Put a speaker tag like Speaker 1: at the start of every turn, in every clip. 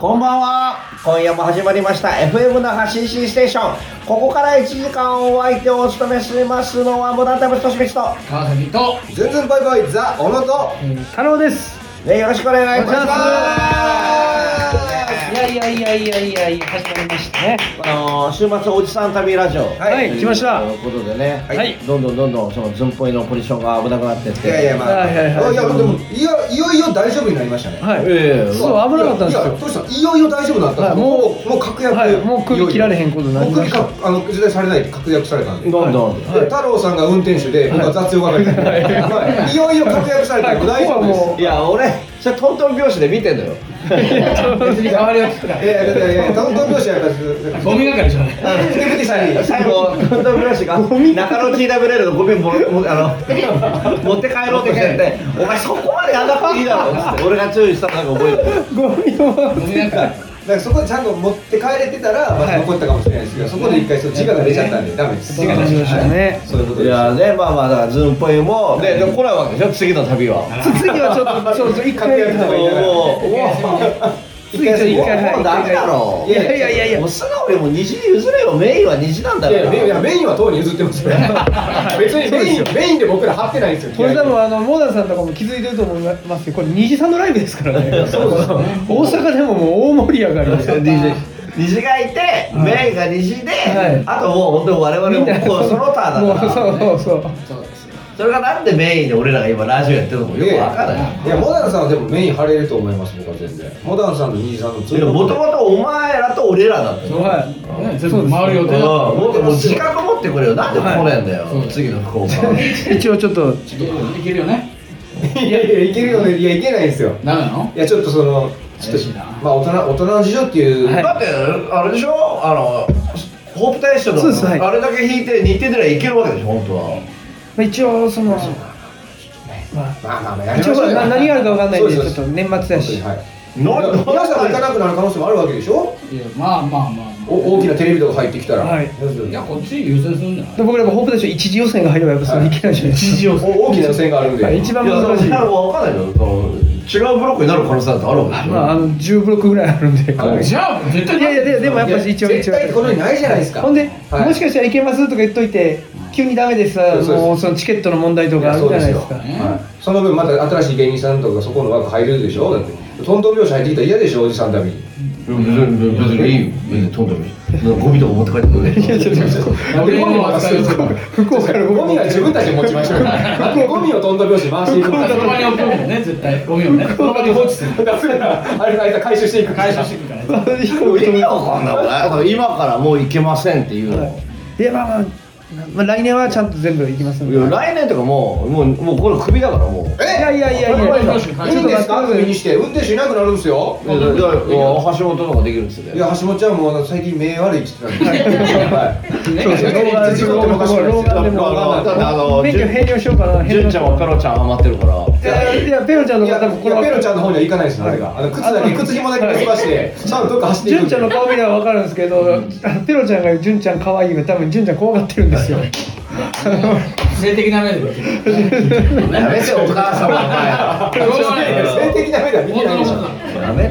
Speaker 1: こんばんは今夜も始まりました FM 那覇 CC ステーションここから1時間お相手をお務めしますのはモダンタイムストシミスと
Speaker 2: 川崎と
Speaker 3: 全然バイバイザ小野と
Speaker 4: 太郎です。
Speaker 1: ねよろしくお願いいたし
Speaker 4: お
Speaker 1: ま
Speaker 4: いやいやいやいやいやいや、始まりましたね。
Speaker 1: すあのー週末おじさん旅ラジオ
Speaker 4: い来ました
Speaker 1: ということでね、
Speaker 3: はい
Speaker 1: どんどんどんどんそのズンポイのポジションが危なくなってって
Speaker 3: いやいやまあ、
Speaker 4: はいはい
Speaker 3: い
Speaker 4: はい
Speaker 3: やでもいやいよいよ大丈夫になりましたね、
Speaker 4: はい。
Speaker 1: ええ
Speaker 4: そう危なかったんですよ
Speaker 3: いやどうしたいよいよ大丈夫になった、
Speaker 4: はい
Speaker 3: もうもう確約、
Speaker 4: はいもう首
Speaker 3: いよいよ
Speaker 4: 切られへんことになりました
Speaker 3: もう首かあの絶対されないって確約されたんで、
Speaker 1: どんどん、
Speaker 3: で太郎さんが運転手で僕は雑用係で、いい、よいよ確約されたもう大丈夫です
Speaker 4: ここはも
Speaker 1: い、や俺それトントン拍子で見てんのよ
Speaker 2: 別に変わりはしてない
Speaker 3: いやいやいやいや、担当業者やから、
Speaker 2: ゴミ係じゃない
Speaker 3: あの、ふてぶてさんに、
Speaker 1: 最後トントン拍子が中野 TWL のゴミももあの持って帰ろうとしてて「お前そこまでやんなくていいだろ」っつって俺が注意したのなんか覚えてる
Speaker 4: ゴミを。
Speaker 2: ゴミ係
Speaker 3: だからそこでちゃんと持って帰れてたら、ま
Speaker 4: は
Speaker 3: あ、
Speaker 4: い
Speaker 3: 残ったかもしれないですけど、そこで一回、そう自我が出ちゃったんで、ダメです。
Speaker 4: 自我出ちゃいましたね
Speaker 3: はいそういうこと
Speaker 1: い
Speaker 3: です。
Speaker 1: やねまあまあだからズンポイもででも来ないわけでしょ次の旅は
Speaker 4: 次はちょっと、そうそう、一回やった方がいいか
Speaker 3: や
Speaker 4: ら。
Speaker 1: もう
Speaker 4: 次ちょっと一回、はい。
Speaker 1: もうダメだろ
Speaker 4: いやいやいやいや
Speaker 1: もう素直にもう虹に譲れよメインは虹なんだ
Speaker 3: い
Speaker 1: か
Speaker 3: やいや
Speaker 1: ら
Speaker 3: メインいやメインは当に譲ってますよ別にメインメインで僕ら張ってないんですよ
Speaker 4: これ多分あのモダンさんとかも気づいてると思いますけどこれ虹さんのライブですからね
Speaker 3: そうですよね
Speaker 4: 大阪でももう大盛り上がりで DJ
Speaker 1: 虹がいてメインが虹で
Speaker 4: はい
Speaker 1: あともう本当に我々もこうその他だ
Speaker 4: もう
Speaker 1: から
Speaker 4: そうそうそう
Speaker 2: そうですよ
Speaker 1: それがなんでメインで俺らが今ラジオやってるのもよくわからない
Speaker 3: いやモダンさんはでもメイン張れると思います僕は全然モダンさんと兄さんのツ
Speaker 1: でももともとお前らと俺らだったよ
Speaker 4: はい
Speaker 2: ね全部回る予定だった
Speaker 1: うんもっともう自覚持ってくれよなんで来れんだよ、
Speaker 2: はい
Speaker 1: 次の福岡
Speaker 4: 一応ちょっと
Speaker 2: ちょっといけるよね
Speaker 3: いやいやいけるよねいやいけないんですよ
Speaker 2: ダメなの
Speaker 3: いやちょっとそのちょ
Speaker 2: 怪
Speaker 3: っ
Speaker 2: しい
Speaker 3: と
Speaker 2: な
Speaker 3: まあ大人大人の事情っていう、
Speaker 4: はい
Speaker 1: だってあれでしょあのホープ大賞の
Speaker 4: そうですはい
Speaker 1: あれだけ弾いて日程ではいけるわけでしょ本当は
Speaker 4: まあ一応そのまあ
Speaker 3: まあまあまあやりま
Speaker 4: 一
Speaker 3: しょ
Speaker 4: 応
Speaker 3: うよ
Speaker 4: な何があるかわかんないんでちょ
Speaker 3: そうで
Speaker 4: っ
Speaker 3: す
Speaker 4: と年末
Speaker 3: 本
Speaker 4: だ
Speaker 3: 当に
Speaker 4: し
Speaker 3: はい
Speaker 1: なんで
Speaker 3: 皆さんも行かなくなる可能性もあるわけでしょ
Speaker 2: いやまあまあまあま
Speaker 3: お大きなテレビとか入ってきたら、
Speaker 4: はい
Speaker 3: どうする
Speaker 2: あいやこっち優先するんじゃない
Speaker 4: で僕らもホープ大賞一次予選が入ればやっぱそれいけないじゃないですか
Speaker 2: 次を
Speaker 3: お大きな予選があるんで、
Speaker 4: はい一番
Speaker 1: いや
Speaker 4: 難しい
Speaker 1: だから分かんないけどその違うブロックになる可能性だってあるわけでしょ、
Speaker 4: まああの10ブロックぐらいあるんで
Speaker 3: はい
Speaker 2: じゃあ絶対
Speaker 4: いやいやででもやっぱし一応
Speaker 3: いや
Speaker 4: 一
Speaker 3: 絶
Speaker 4: 応
Speaker 3: 対ってことにないじゃないですか
Speaker 4: ほんで、
Speaker 3: はい
Speaker 4: もしかしたらいけますとか言っといて急にダメです
Speaker 3: うそうです
Speaker 4: もうそのチケットの問題とかあるじゃないですか
Speaker 3: いや
Speaker 2: ね
Speaker 3: はいその分また新しい芸人さんとかそこの枠入れるでしょだってトントン拍子入ってきたら嫌でしょおじさんために
Speaker 1: 別に別にいいよ別に飛んでもいいなんかゴミとか持って帰ってくれ
Speaker 4: いやちょっと待って
Speaker 2: 俺も
Speaker 3: は
Speaker 2: 扱うよ
Speaker 4: 福岡から
Speaker 3: ゴミは自分たちで持ちましょうよなん でゴミをトントン拍子に回していくの
Speaker 2: その場に置くんだよね絶対ゴミをねその場に放置する
Speaker 3: だからあれの間回収していく
Speaker 2: 回収していくからね
Speaker 4: 飛
Speaker 1: 意
Speaker 4: 行機
Speaker 1: 味
Speaker 4: 飛
Speaker 1: わ かんないもんねだから今からもう行けませんっていうの、
Speaker 4: ぶいやまあまあ、まあ、来年はちゃんと全部行きますん
Speaker 1: い
Speaker 4: でい
Speaker 1: や来年とかもうもうもうこれクビだからもう
Speaker 3: え
Speaker 4: やいやいやいや
Speaker 2: ちょっと
Speaker 3: いいんですか
Speaker 4: 待って
Speaker 3: 首にして運転手いなくなるんですよ
Speaker 1: いやいやいや橋本とかできるんですよ
Speaker 3: いや橋本ちゃんもなんか最近目悪いって言ってたんではい
Speaker 2: ね
Speaker 4: そうですね老眼
Speaker 3: 自分でもおかしくないですよ
Speaker 4: 老眼でも
Speaker 1: だってあの
Speaker 4: 免許
Speaker 1: 順
Speaker 4: 返納しようかな
Speaker 1: 純ちゃんはカロちゃん余ってるから
Speaker 4: いやいやペロちゃんの
Speaker 3: い
Speaker 4: 方
Speaker 3: や
Speaker 4: 多分
Speaker 3: い
Speaker 4: これ
Speaker 3: やペロち
Speaker 4: は
Speaker 3: ゃんの方には行かないですあれがあの靴だけ靴紐だけ結ばしてちゃんとどっか走っていく
Speaker 4: 純ちゃんの顔見ればわかるんですけど、ペロちゃんが純ちゃん可愛いが多分純ちゃん怖がってるんですよ。
Speaker 2: 性的な目で
Speaker 1: やめてお母様
Speaker 2: しょうがないよ
Speaker 3: 性的な目では見
Speaker 2: 本
Speaker 3: てな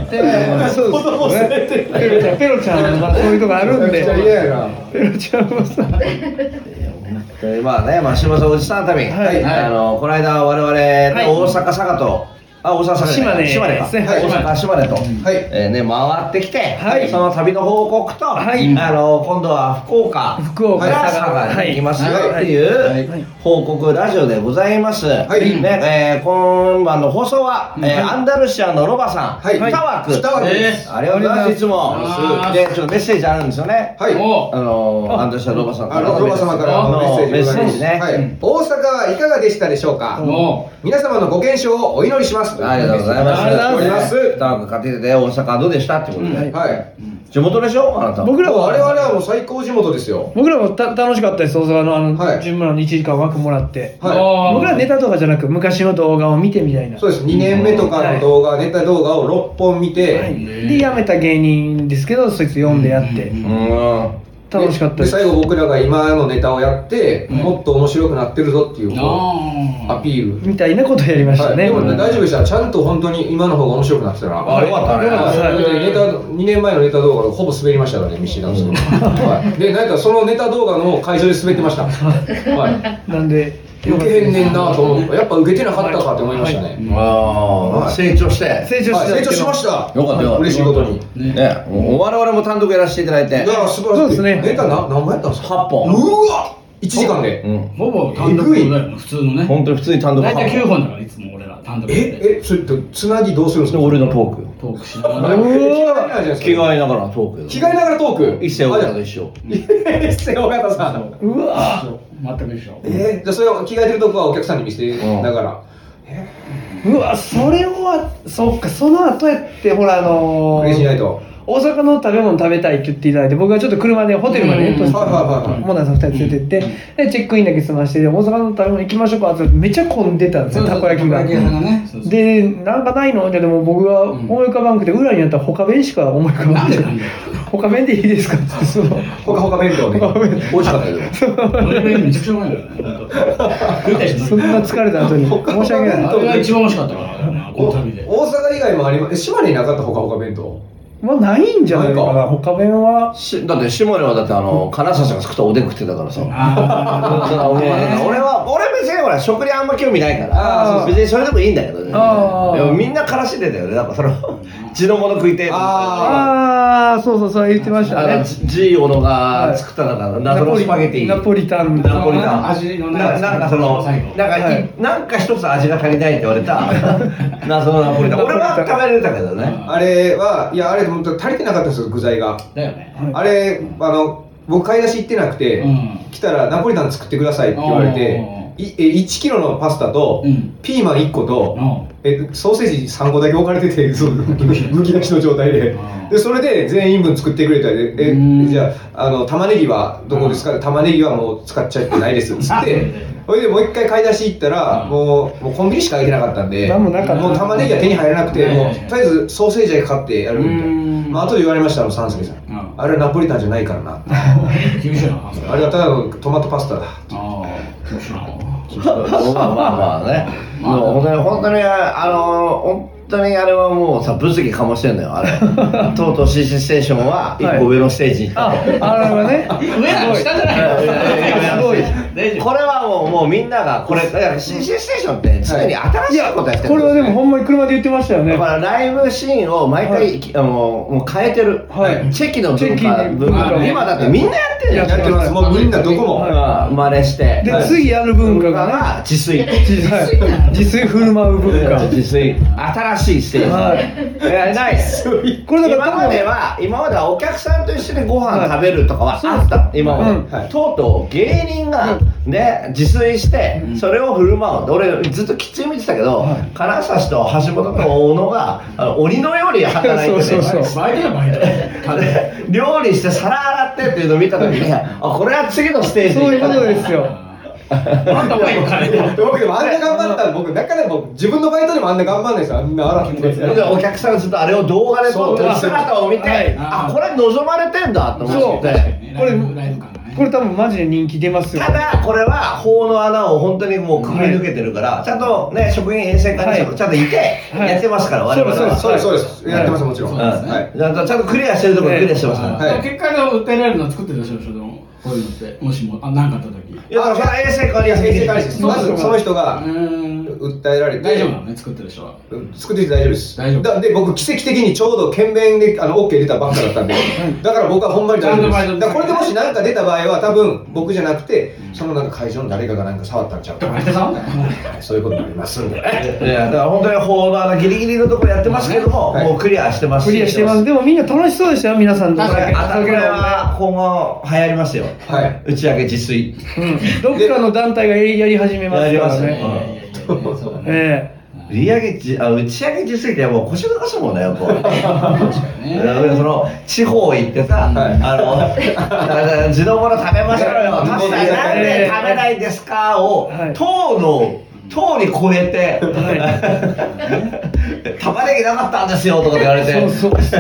Speaker 2: 当
Speaker 3: い
Speaker 2: の
Speaker 3: で
Speaker 1: やめ
Speaker 3: しょ
Speaker 2: ことなの
Speaker 1: て
Speaker 4: そうですね。ペロちゃん、ペロちゃんはそういうとこあるん
Speaker 3: めちゃくちゃ
Speaker 4: で。
Speaker 3: 嫌やな
Speaker 4: ペロちゃんはさ、
Speaker 1: でまあね、まあ、島さんおじさん旅、
Speaker 4: はい
Speaker 1: あのこの間我々、ね
Speaker 4: はい
Speaker 1: 大阪佐賀とあ大阪佐賀じゃない
Speaker 4: 島根
Speaker 1: 島根か、
Speaker 4: はい
Speaker 1: 大阪島根と、
Speaker 3: はい
Speaker 1: えーね、回ってきて、
Speaker 4: はい
Speaker 1: その旅の報告と、
Speaker 4: はい
Speaker 1: あの今度は福岡
Speaker 4: 福岡
Speaker 1: から
Speaker 4: 佐
Speaker 1: 佐
Speaker 4: 賀
Speaker 1: 賀に行きますよ
Speaker 3: はい
Speaker 1: っていう、
Speaker 3: はい
Speaker 4: はい
Speaker 1: 報告ラジオでございます、
Speaker 3: い
Speaker 1: ねえー今晩の放送は、えーアンダルシアのロバさん、
Speaker 3: はい
Speaker 1: 二枠
Speaker 3: 二枠です
Speaker 1: ありがとうございますいつも
Speaker 2: あり
Speaker 1: でちょっとメッセージあるんですよね
Speaker 3: はい
Speaker 2: お
Speaker 1: あのアンダルシアのロバさん
Speaker 3: あのロバ様からの
Speaker 1: の
Speaker 3: メ
Speaker 1: メ
Speaker 3: ッ
Speaker 1: ッ
Speaker 3: セー
Speaker 1: セー
Speaker 3: ジございま
Speaker 1: ジ
Speaker 3: す
Speaker 1: ね、
Speaker 3: は
Speaker 1: う
Speaker 3: い
Speaker 1: ん
Speaker 3: 大阪はいかがでしたでしょうか
Speaker 2: も
Speaker 3: 皆様のご健勝をお祈りします
Speaker 1: ありがとうございます。
Speaker 4: ありがとうございます
Speaker 1: ダーク勝てて大阪どうでしたってことで。
Speaker 4: はい
Speaker 3: はい
Speaker 1: 地元でしょあなた。
Speaker 4: 僕ら
Speaker 3: もう我々
Speaker 4: は、
Speaker 3: はもう最高地元ですよ
Speaker 4: 僕らもた楽しかったです、大阪のあ
Speaker 3: はい
Speaker 4: の、純村の1時間枠もらって。
Speaker 2: う
Speaker 3: はい
Speaker 2: あー
Speaker 4: 僕らネタとかじゃなく、昔の動画を見てみたいな。
Speaker 3: そうです2年目とかの動画ネタ動画を6本見
Speaker 4: はい
Speaker 3: て
Speaker 4: で、辞めた芸人ですけど、そいつ読んでやって
Speaker 2: うん。
Speaker 1: うーん。
Speaker 4: 楽しかった
Speaker 3: で
Speaker 4: です
Speaker 3: 最後僕らが今のネタをやって、
Speaker 2: うん
Speaker 3: もっと面白くなってるぞっていうこう
Speaker 2: あ
Speaker 3: アピール
Speaker 4: みたいなことやりました
Speaker 3: はい、
Speaker 4: ね、
Speaker 3: でもね大丈夫でしたちゃんと本当に今の方が面白くなってたら
Speaker 2: あよかったね
Speaker 3: はい
Speaker 4: はい
Speaker 3: だってネタ2年前のネタ動画がほぼ滑りましたからねミシダンスの、はい、でなんかそのネタ動画の会場で滑ってまし たはい
Speaker 4: なんで
Speaker 3: 受けへんねんなと思ってやっぱ受けてなかったかって思いましたね、
Speaker 1: ああ
Speaker 3: はい
Speaker 1: 成長して
Speaker 4: 成長
Speaker 3: は
Speaker 4: し
Speaker 3: い
Speaker 4: た、
Speaker 3: 成長しました
Speaker 1: よかったよかった
Speaker 3: 嬉しいことに
Speaker 2: ーね
Speaker 1: ねもう我々も単独やらせていただいて
Speaker 3: だから素晴らしい
Speaker 4: そうですね
Speaker 3: ネタな何本やったんですか
Speaker 1: 8
Speaker 3: う
Speaker 1: 本
Speaker 3: わ1時間で
Speaker 1: うん
Speaker 2: ほぼ単独だよね普通のね
Speaker 1: 本当に普通に単独
Speaker 2: 大体
Speaker 1: 8
Speaker 2: 9
Speaker 1: 本
Speaker 2: 本だからいつも俺ら単独で
Speaker 3: ええそれってつなぎどうするんです
Speaker 1: で
Speaker 3: か
Speaker 1: 俺のトークよ
Speaker 2: トークしなが
Speaker 3: あ
Speaker 2: ら
Speaker 3: れ
Speaker 1: 着替
Speaker 3: 着
Speaker 1: え
Speaker 3: 替え
Speaker 1: ながらのトークよ
Speaker 3: 着替えながらトーク
Speaker 1: 一世
Speaker 3: あ
Speaker 1: 岡
Speaker 3: じ
Speaker 1: 田
Speaker 3: ゃ
Speaker 1: と一緒
Speaker 3: あ一世尾形さん
Speaker 4: うわぁ
Speaker 2: 全く一緒
Speaker 3: えーじゃあそれを着替えてるとこはお客さんに見せながら
Speaker 4: うわそれはそっかその後やってほらあの
Speaker 3: クレイジーナイト
Speaker 4: 大阪の食べ物食べたいって言っていただいて僕はちょっと車でホテルまで
Speaker 2: うん
Speaker 4: と
Speaker 3: はいはいはい
Speaker 4: モナさん2人連れてってでチェックインだけ済ましてで大阪の食べ物行きましょうかって言ったらめっちゃ混んでたんです
Speaker 2: そう
Speaker 4: よ
Speaker 2: そう
Speaker 4: たこ焼きが
Speaker 2: たこ屋さんがねそうそう
Speaker 4: でなんかないのってでも僕が思い浮かばんくて裏にあったら他弁しか思い浮かばんくて
Speaker 2: なんでなん
Speaker 4: 他弁でいいですかってその
Speaker 3: ほかほか弁当で
Speaker 1: 美味しかったよ
Speaker 2: 俺がめちゃくちゃうまいからね本当食いたいし
Speaker 4: そんな疲れた後に申し訳ない
Speaker 2: あれが一番美味しかったからなこ
Speaker 3: お
Speaker 2: の
Speaker 3: 大
Speaker 2: 旅で
Speaker 3: 阪以外もありますえ島根になかったほかほか弁当
Speaker 4: まあないんじゃないか
Speaker 3: ない
Speaker 4: な
Speaker 3: か
Speaker 4: 他弁は
Speaker 1: しだって下根はだってあの金指が作ったおでん食ってたからさだから
Speaker 2: あ
Speaker 1: 俺
Speaker 2: ー
Speaker 1: 俺は俺別にほら食にあんま興味ないか
Speaker 4: あ
Speaker 1: ら
Speaker 4: ー
Speaker 1: 別にそれでもいいんだけどねで
Speaker 4: あー
Speaker 1: もみんなからし出たよねなんかその地のもの食いてえと思って
Speaker 4: ああそうそうそう言ってました
Speaker 1: あ
Speaker 4: ね
Speaker 1: のジジーオノが作ったなんか謎のスパゲティ
Speaker 4: ナポリタン
Speaker 1: ナポリタン
Speaker 2: 味のね
Speaker 1: ななんかその
Speaker 2: 最
Speaker 1: なん
Speaker 2: 後
Speaker 1: か、
Speaker 4: はい
Speaker 1: なんか一つ味が足りないって言われ た謎のナポリ タン俺は食べれたけどね
Speaker 3: あれはいやあれ本当足りてなかったですよ具材が
Speaker 2: だよね
Speaker 4: はい
Speaker 3: あれあの僕買い出し行ってなくて
Speaker 2: うん
Speaker 3: 来たらナポリタン作ってくださいって言われていえ1キロのパスタと
Speaker 2: うん
Speaker 3: ピーマン1個と
Speaker 2: うん
Speaker 3: えソーセージ3個だけ置かれててそうむき出しの状態で
Speaker 2: うん
Speaker 3: でそれで全員分作ってくれたりで
Speaker 2: うん
Speaker 3: えじゃああの玉ねぎはどこですか玉ねぎはもう使っちゃってないですっつっ
Speaker 2: う
Speaker 3: て
Speaker 2: ん
Speaker 3: それでもう一回買い出し行ったら
Speaker 2: うん
Speaker 3: もうもうコンビニしか空いてなかったんで
Speaker 4: なんもなかった
Speaker 3: もう玉ねぎは手に入らなくて
Speaker 2: うん
Speaker 3: もうとりあえずソーセージだけ買ってやるみたい
Speaker 2: うん
Speaker 3: なまあ後で言われましたあの三助さ
Speaker 2: うん
Speaker 3: んあれはナポリタンじゃないからな
Speaker 2: 厳しいなそれ
Speaker 3: あれはただのトマトパスタだ
Speaker 2: ああ厳しいな
Speaker 1: まあまあまあね、まあ、本当に本当にあの本当にあれはもうさ物議かもしれんのよあ れとうとう CC ステーションは一個上のステージに行った
Speaker 4: あ
Speaker 1: と、
Speaker 4: あれはね
Speaker 2: 上なの下じゃない
Speaker 4: すごい
Speaker 2: 大丈夫
Speaker 1: これはもうもうみんながこれだから CC ステーションって常に新し
Speaker 4: い
Speaker 1: い
Speaker 4: や
Speaker 1: ことやってるんですよね
Speaker 4: これはでもほんまに車で言ってましたよね
Speaker 1: だからライブシーンを毎回、
Speaker 4: はい
Speaker 1: あのもう変えてる、
Speaker 4: はい
Speaker 1: チェキの文
Speaker 4: チェ
Speaker 1: 化
Speaker 4: キ
Speaker 1: 文
Speaker 2: まあ
Speaker 1: 化
Speaker 2: ね
Speaker 1: 今だってみんなやってるじゃ
Speaker 3: や
Speaker 1: ん
Speaker 4: や
Speaker 3: ってますもうみんなどこも
Speaker 1: うん真似して
Speaker 4: で、
Speaker 1: はい
Speaker 4: 次やる文化
Speaker 1: 文化
Speaker 4: が
Speaker 1: が自炊
Speaker 4: ね自炊自炊振る舞う文化
Speaker 1: 自炊新しいステージ、いやない
Speaker 4: これだから
Speaker 1: 今までは今まではお客さんと一緒にご飯食べるとかは
Speaker 4: はい
Speaker 1: あった、今まで、
Speaker 4: うん
Speaker 3: はい
Speaker 1: とうとう芸人が、ね、自炊してそれを振る舞うって俺ずっときつい見てたけど、金指と橋本と小野があの鬼のように働いてね
Speaker 4: そうそうそう
Speaker 2: バイトやバイト
Speaker 1: で料理して皿洗ってっていうのを見た時にあこれは次のステージ
Speaker 4: そういうこと
Speaker 1: で
Speaker 4: ですよ
Speaker 2: あんたも今金だ
Speaker 3: 僕でもあんな頑張ったら僕だから僕自分のバイトでもあんな頑張んないですよあんな洗って
Speaker 1: それでお客さんがずっとあれを動画で撮ってる姿を見て、
Speaker 4: はい
Speaker 1: あこれ望まれてんだと思って。
Speaker 2: これライブ感がね
Speaker 4: これ多分マジで人気出ますよ
Speaker 1: ただこれは法の穴を本当にもうくぐり抜けてるから、ちゃんとね職員衛生課に
Speaker 4: はい
Speaker 1: ちゃんといて
Speaker 4: はい
Speaker 1: やってますから、我々は
Speaker 3: そうですそうですそうです
Speaker 1: はい
Speaker 3: やってますもちろん
Speaker 1: うん
Speaker 3: はい
Speaker 1: ちゃんとちゃんとクリアしてるところクリアしてますから、
Speaker 2: あ
Speaker 1: い、
Speaker 3: はい
Speaker 2: その結果が訴えられるのは作ってるでしょ、でもこういうのって、もしも、あ、なんかあった時。う
Speaker 1: やだから衛生課に
Speaker 3: いや
Speaker 1: は
Speaker 3: 先生からですまずその人が
Speaker 2: ーん。
Speaker 3: 訴えられて
Speaker 2: 大丈夫なのね、作ってる人は。
Speaker 3: 作ってて大丈夫です
Speaker 2: 大丈夫
Speaker 3: だで僕奇跡的にちょうど懸命であの OK 出たばっかだったんでだから僕はほんまに大丈夫
Speaker 2: ちゃんとバイト
Speaker 3: ですだからこれでもし何か出た場合は多分僕じゃなくてそのなんか会場の誰かがなんか触ったんちゃうか
Speaker 2: バイトさん
Speaker 3: はいそういうことになりますんで
Speaker 1: いやだから本当に法の穴ギリギリのところやってますけども、
Speaker 3: はい
Speaker 1: もうクリアしてます
Speaker 4: クリアしてますでもみんな楽しそうでしたよ皆さんと
Speaker 1: これあこ
Speaker 4: 酒
Speaker 1: れ
Speaker 4: 飲んで
Speaker 1: は今後流行りますよ、
Speaker 3: はい
Speaker 1: 打ち上げ自炊
Speaker 4: うんどっかの団体がやり始めますか
Speaker 1: やりま
Speaker 4: ら
Speaker 1: すね
Speaker 4: ね
Speaker 2: そうだね。
Speaker 4: え
Speaker 1: 売り上げじあ打ち上げ自炊ってもう腰抜かすもんねやっぱ
Speaker 2: ね
Speaker 1: だからその地方行ってさ、
Speaker 3: はい
Speaker 1: あの地のもの食べましょうよ
Speaker 3: はい
Speaker 1: 確かになんで食べないんですかを
Speaker 4: はい
Speaker 1: 糖の糖に超えて、 玉ねぎなかったんですよとかって言われて
Speaker 4: そうそう
Speaker 1: ス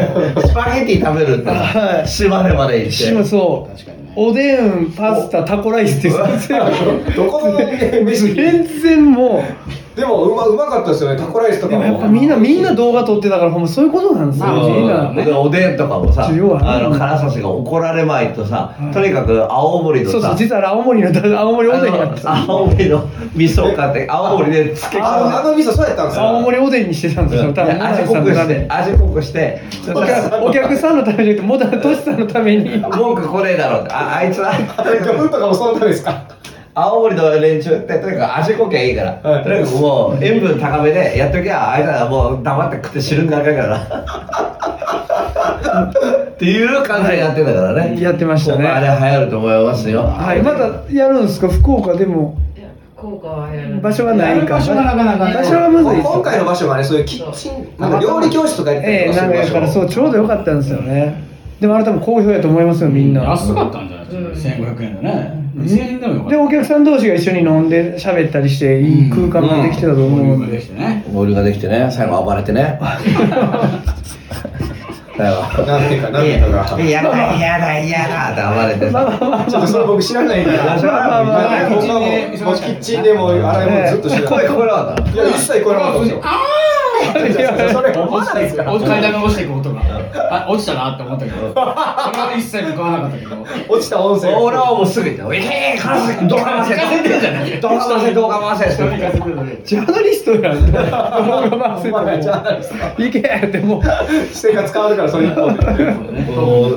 Speaker 1: パゲティ食べるって、
Speaker 4: はい
Speaker 1: 島根まで行って
Speaker 4: しまそう
Speaker 2: 確かにね。
Speaker 4: おでん、パスタ、タコライスって全然、
Speaker 3: どこも飯
Speaker 4: 全然も
Speaker 3: でもうまうまかったですよねタコライスと
Speaker 4: う、
Speaker 3: か
Speaker 4: で
Speaker 3: も
Speaker 4: もやっぱみんな、みんな動画撮ってたから、ほんまそういうことなんです
Speaker 2: まあ
Speaker 4: よ、みんな。
Speaker 2: ね
Speaker 1: でおでんとかもさ、あ
Speaker 4: 需要はある
Speaker 1: の、金指が怒られまいとさ、とにかく青森の
Speaker 4: そうそう、
Speaker 1: さ、
Speaker 4: 実は青森の、青森おでんやって
Speaker 1: あの青森の味噌を買って、青森で漬け
Speaker 3: あ
Speaker 1: 込ん
Speaker 3: の
Speaker 1: で
Speaker 3: あの味噌そうやったんですよ
Speaker 4: 青森おでんにしてたんですよ、多分、モダ
Speaker 1: 味
Speaker 4: ン
Speaker 1: 濃
Speaker 4: さん
Speaker 1: く
Speaker 4: のた
Speaker 1: し
Speaker 4: め
Speaker 1: て
Speaker 4: に。
Speaker 1: 味濃くして
Speaker 4: お客お客さんのためじゃなくて、モダン、トシさんのために。
Speaker 1: 文句来ねえだろうってああいつはとに
Speaker 3: ギョ
Speaker 1: か
Speaker 3: フン
Speaker 1: く
Speaker 3: とかもそのためですか
Speaker 1: 青森の連中ってとにかく味濃きゃいいから、
Speaker 3: はい
Speaker 1: とにかくもう塩分高めでやっときゃあいつらもう黙って食って汁んだけ からなっていう感じでやってたからね、
Speaker 4: やってましたね
Speaker 1: 僕あれ流行ると思いますよ
Speaker 4: はい、まだやるんですか、福岡でも。
Speaker 5: いや効果はやる
Speaker 4: 場所がないか。
Speaker 2: 場所がなかなかね
Speaker 4: 場所はむずいです
Speaker 3: 今
Speaker 4: よ。
Speaker 3: 回の場所がねそういうキッチンなんか料理教室とかやって
Speaker 4: ええ
Speaker 3: る
Speaker 4: なんかやから、そう、ちょうどよかったんですよね。でも、あれ多分好評やと思いますよ、みんな。
Speaker 2: 安かったんじゃないですか、1500円でね、2000円でもよかっ
Speaker 4: で、
Speaker 2: た、
Speaker 4: お客さん同士が一緒に飲んで、喋ったりして、いい空間ができてたと思う
Speaker 2: ボリュー
Speaker 4: の
Speaker 2: ムで
Speaker 4: で
Speaker 2: し。てね、
Speaker 1: ボールができてね最後暴れて ね最後
Speaker 3: なんていうかなんていうかが
Speaker 1: いやだやだやだって暴れて
Speaker 4: まあま
Speaker 1: さ
Speaker 4: あまあ
Speaker 3: ちょっとそれ僕知らないから
Speaker 1: まあまあまあ
Speaker 3: 僕はもうもうキッチンでも洗い物ずっとしてた
Speaker 1: 声聞こえなかった
Speaker 3: いや一切これなかったですよ
Speaker 2: あ
Speaker 3: いやそれ思わ
Speaker 2: 落ち
Speaker 3: ないですか
Speaker 2: た
Speaker 3: ら
Speaker 2: 落ち階段が落ちていく音があ落ちたなって思ったけどそれは一切向かわなかったけど
Speaker 3: 落ちた音声
Speaker 1: 俺はもうすぐ言った「ええ金崎君どうか回せ」どうか回せどうか回せ」って言って
Speaker 4: ジャーナリスト やん。動画
Speaker 3: お前
Speaker 4: 回
Speaker 3: は
Speaker 4: せ
Speaker 3: ジャーナリス
Speaker 4: ても。 いけっても
Speaker 3: 生活変わるからそれ一本で
Speaker 1: も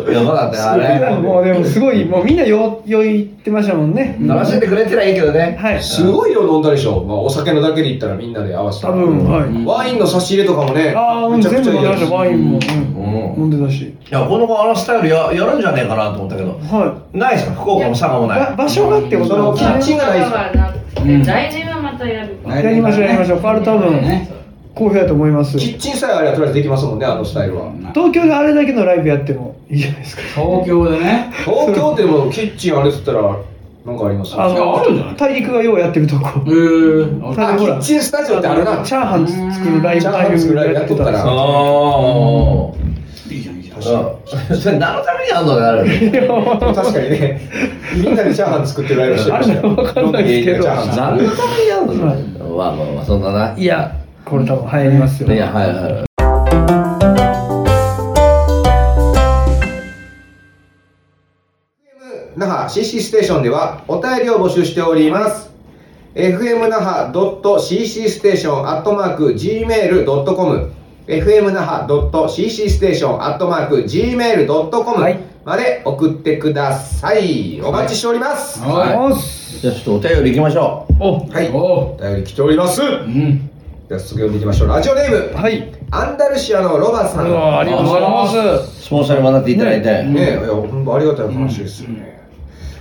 Speaker 1: うやばかったよあ
Speaker 4: う、もう
Speaker 1: れ
Speaker 4: でもすごい、もうみんなよ、よいってましたもんね。
Speaker 1: 楽しんでくれてりゃいいけどね
Speaker 4: はい。
Speaker 3: すごい量飲んだでしょ、まあ、お酒のだけで言ったらみんなで合わせた
Speaker 4: 多
Speaker 3: ら
Speaker 4: 分、はい。
Speaker 3: ワインの差し入れとかもね
Speaker 4: ああ、うん
Speaker 3: めちゃ
Speaker 4: 全
Speaker 3: くち
Speaker 4: 部
Speaker 3: ゃ
Speaker 4: 飲
Speaker 3: い
Speaker 4: んで
Speaker 3: いや
Speaker 4: まし
Speaker 3: つ
Speaker 4: た、ワインも。
Speaker 1: う
Speaker 4: うんん飲んでたし。
Speaker 1: いやこの子あのスタイルややるんじゃねえかなと思ったけど
Speaker 4: は
Speaker 1: ないですか福岡も佐賀も
Speaker 4: い。
Speaker 1: ない
Speaker 4: ば場所がってことなんです
Speaker 3: そのキッ
Speaker 4: ね
Speaker 3: チンが大事
Speaker 5: はなくて
Speaker 2: うん
Speaker 5: 大事はまたやる
Speaker 2: 大事
Speaker 4: やりましょうやりましょう。あれ多分
Speaker 2: ね
Speaker 4: 好評やと思います。
Speaker 3: キッチンさえあればとりあえずできますもんねあのスタイルは
Speaker 4: 東京であれだけのライブやってもいいじゃないですか。
Speaker 2: 東京でね
Speaker 3: 東京でもキッチンあれっつったらなんかあります
Speaker 4: あ
Speaker 2: あるんじゃない
Speaker 4: の大陸がようやってるとこ。
Speaker 2: へー
Speaker 4: ただほ
Speaker 3: キ
Speaker 4: ら
Speaker 3: ッチンスタジオってあるな
Speaker 4: チャーハン作るライブ
Speaker 3: チャーハン作るライブやっとったら
Speaker 1: ああ
Speaker 2: いいじゃんいいじゃん
Speaker 1: うんそれ何のためにやんのねあれ
Speaker 3: 確かにねみんなでチャーハン作ってるライブしてましたよ
Speaker 4: あれわかんないですけど
Speaker 3: いろんな芸人がチャーハン
Speaker 1: 何のためにやんのねまあまあまあそんなない
Speaker 4: いや、これ多分流行りますよ。
Speaker 1: やはいはいはい
Speaker 3: 那覇 CC ステーションではお便りを募集しております。fm 那覇 .cc ステーションアットマーク gmail.com fm 那覇 .cc ステーションアットマーク gmail.com
Speaker 4: はい
Speaker 3: まで送ってください。お待ちしております。
Speaker 2: は
Speaker 4: おっす
Speaker 1: じゃあちょっとお便り行きましょう
Speaker 4: お
Speaker 3: はい。
Speaker 2: お
Speaker 3: お便り来ております。
Speaker 2: う
Speaker 3: で
Speaker 2: ん
Speaker 3: は卒業でいきましょう。ラジオネーム、
Speaker 4: はい。
Speaker 3: アンダルシアのロバさ。
Speaker 4: うんわありがとうございます。
Speaker 1: スポンサーにもなっていただいて
Speaker 3: ねえ、いや、ほんまありがたい話ですよね。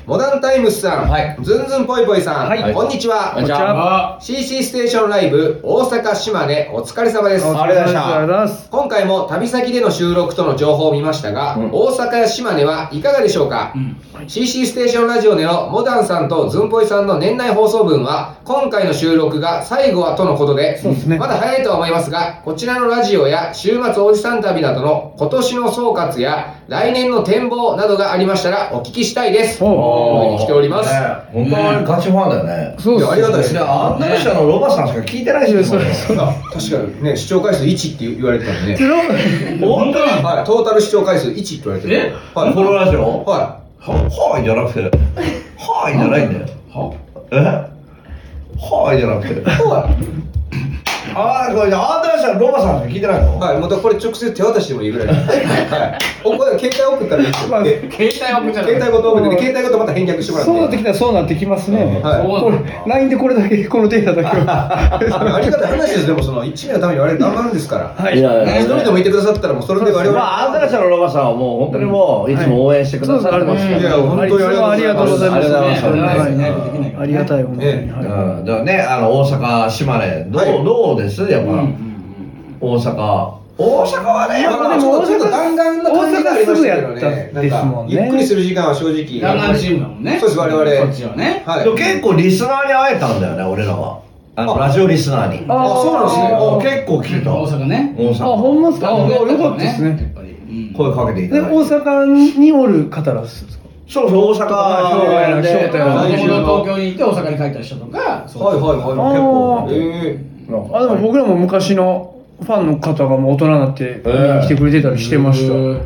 Speaker 3: モダンタイムスさん、
Speaker 1: はい
Speaker 3: ズンズンぽいぽいさん、
Speaker 4: はい
Speaker 3: こんにちは。
Speaker 1: こんにちは
Speaker 2: あ
Speaker 3: CC ステーションライブ大阪島根お疲れ様です
Speaker 1: ありがとうございました
Speaker 4: ありがとうございます。
Speaker 3: 今回も旅先での収録との情報を見ましたが、
Speaker 1: うん
Speaker 3: 大阪や島根はいかがでしょうか、
Speaker 2: うん
Speaker 3: CC ステーションラジオでのモダンさんとズンポイさんの年内放送分は今回の収録が最後はとのことで
Speaker 4: そうですね
Speaker 3: まだ早いとは思いますがこちらのラジオや週末おじさん旅などの今年の総括や来年の展望などがありましたらお聞きしたいです
Speaker 4: お
Speaker 3: というふうに来ております、
Speaker 1: ね本当にガチファンだよね
Speaker 4: そう
Speaker 3: い
Speaker 4: で
Speaker 3: やありがたいですね
Speaker 1: あんな人のロバさんしか聞いてないですよ
Speaker 3: そうだ確かにね視聴回数1って言われてたんでね
Speaker 4: す。
Speaker 2: 本当に
Speaker 3: はい、トータル視聴回数1って言われてる。はい、
Speaker 1: このラジオは
Speaker 3: は
Speaker 1: はいじゃなくてはいじゃないんだよ
Speaker 2: は
Speaker 1: えはいじゃなくて
Speaker 3: い。は
Speaker 1: はいこれあんな人のロバさんしか聞いてない
Speaker 3: い、
Speaker 1: の
Speaker 3: はい、またこれ直接手渡してもいいぐらいなんで。はい。おこれ携帯送ったらいいですよ。で
Speaker 2: 携帯はじゃな
Speaker 3: 携帯
Speaker 2: い
Speaker 3: ごと送って、携帯ごとまた返却してもらって。
Speaker 4: そうなってきたらそうなってきますね。
Speaker 3: はい
Speaker 4: これ LINE でこれだけこのデータだけは。
Speaker 3: あありがたい話です、でもその1名のために我々頑張るんですから。
Speaker 1: いやいや
Speaker 3: 一人でもいてくださったら、もうそれで我々。
Speaker 1: まあ、アンダラ社のロバさんはもう本当にもういつも応援してくださってますか
Speaker 4: はい
Speaker 3: や、
Speaker 1: ら。
Speaker 3: 本当にありがとうございます。
Speaker 1: ありがとうございます
Speaker 2: ありがとうございます
Speaker 4: はいありがたい、本当に。
Speaker 3: ね
Speaker 4: はい
Speaker 1: うん、だからね、あの大阪、島根、どう、
Speaker 3: はい
Speaker 1: どうです、やっぱ、
Speaker 2: うんうん
Speaker 1: 大阪。大阪はね、やっぱ
Speaker 3: まあ
Speaker 1: ね
Speaker 3: ちょっとちょっと弾丸の感じがありましたけど
Speaker 4: 大阪すぐや
Speaker 3: ね
Speaker 4: っ。た
Speaker 3: なん
Speaker 4: です
Speaker 3: んか
Speaker 4: もん、ね
Speaker 3: ゆっくりする時間は正
Speaker 2: う
Speaker 3: 直。
Speaker 2: ん弾丸チームだもんね
Speaker 3: そうです我々
Speaker 2: こっちはね
Speaker 3: はい。
Speaker 1: でも結構リスナーに会えたんだよね、俺らは。あの
Speaker 3: あ
Speaker 1: ラジオリスナーに。
Speaker 4: あ
Speaker 3: あ、そうなんですね。
Speaker 1: お結構聞いた。
Speaker 2: 大阪ね
Speaker 1: 大
Speaker 4: あ、ほん
Speaker 1: 阪。
Speaker 4: まっすか。あ、よかったです
Speaker 2: や
Speaker 4: ね。
Speaker 2: っぱりうん
Speaker 1: 声かけていた
Speaker 4: で
Speaker 1: だいて
Speaker 4: 大阪におる方らっすか
Speaker 6: そうそう、大
Speaker 4: あー
Speaker 6: 阪
Speaker 4: そう
Speaker 6: で
Speaker 4: だよね
Speaker 2: 子供東京に行って大阪に帰った人とか、そう
Speaker 3: はいはいはい。結構。え
Speaker 4: あでも僕らも昔のファンの方がもう大人になって見に来てくれてたりしてました、
Speaker 2: へー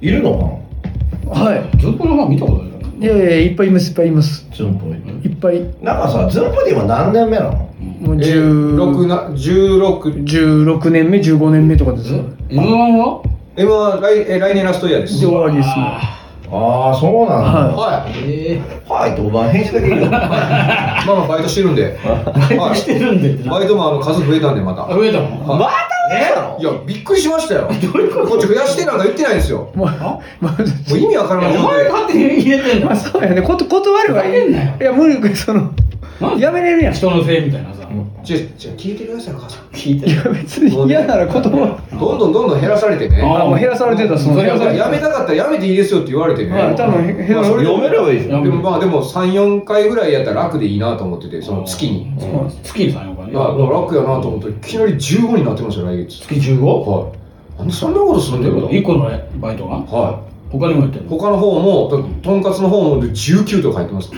Speaker 1: いるの
Speaker 4: はい
Speaker 2: ずっとの方見たことないから
Speaker 4: いやいやいっぱいいますいっぱいいます
Speaker 1: かなズンポイ
Speaker 4: いっぱい
Speaker 1: なんかさズンポイって今何年目なの
Speaker 4: もう
Speaker 3: え
Speaker 4: 10
Speaker 3: 16な、16。
Speaker 4: 16年目15年目とかですよ
Speaker 2: え M1 は
Speaker 3: え、まあ、来、え、来年ラストイヤーで。
Speaker 4: です終わりですもん
Speaker 2: あ
Speaker 1: ああそうなんだは
Speaker 3: はい。
Speaker 2: え
Speaker 1: いってお前返事だけいいよ
Speaker 3: まあまあ、バイトしてるんで。
Speaker 2: えバイトしてるんでって
Speaker 3: はいバ
Speaker 2: な
Speaker 3: イトもあの数増えたんで、また。
Speaker 2: あ増えたもん
Speaker 3: はい
Speaker 1: えなの
Speaker 3: いや、びっくりしましたよ。こっち増やしてなんか言ってないんですよ。
Speaker 4: もうまあ
Speaker 3: もう意味わからない
Speaker 2: お
Speaker 3: 状態
Speaker 2: 前
Speaker 3: で。
Speaker 2: 勝手に入れてん
Speaker 4: まあ
Speaker 2: だ
Speaker 4: そうやねこと断ればいい
Speaker 2: ふざけんなよ
Speaker 4: いや無理その
Speaker 2: なんで
Speaker 4: やめれるやんい
Speaker 2: 人のせいみたいなさ
Speaker 3: ちょ、ちょ、聞いてください、母さん。
Speaker 4: や別に嫌なら断
Speaker 3: どんどんどんどん減らされてね。
Speaker 4: あもう減らされてたその
Speaker 2: 減らされて
Speaker 3: やめたかったらやめていいですよって言われてね。
Speaker 4: はい多分へ
Speaker 3: まあそれでも
Speaker 1: やめればいいじ
Speaker 2: ゃん
Speaker 3: でもまあでも3、4回ぐらいやったら楽でいいなと思ってて、その月に。
Speaker 2: そうなんです月に3、4回
Speaker 3: いや、
Speaker 2: ね
Speaker 3: 楽やなと思って、いきなり15になってますよ、来月。
Speaker 2: 月 15?
Speaker 3: はい。なんでそんなことするんだよ。
Speaker 2: 1個のバイトが
Speaker 3: は
Speaker 2: 他にもやってる
Speaker 3: い。他の方も、ととんかつの方も19とか入ってます。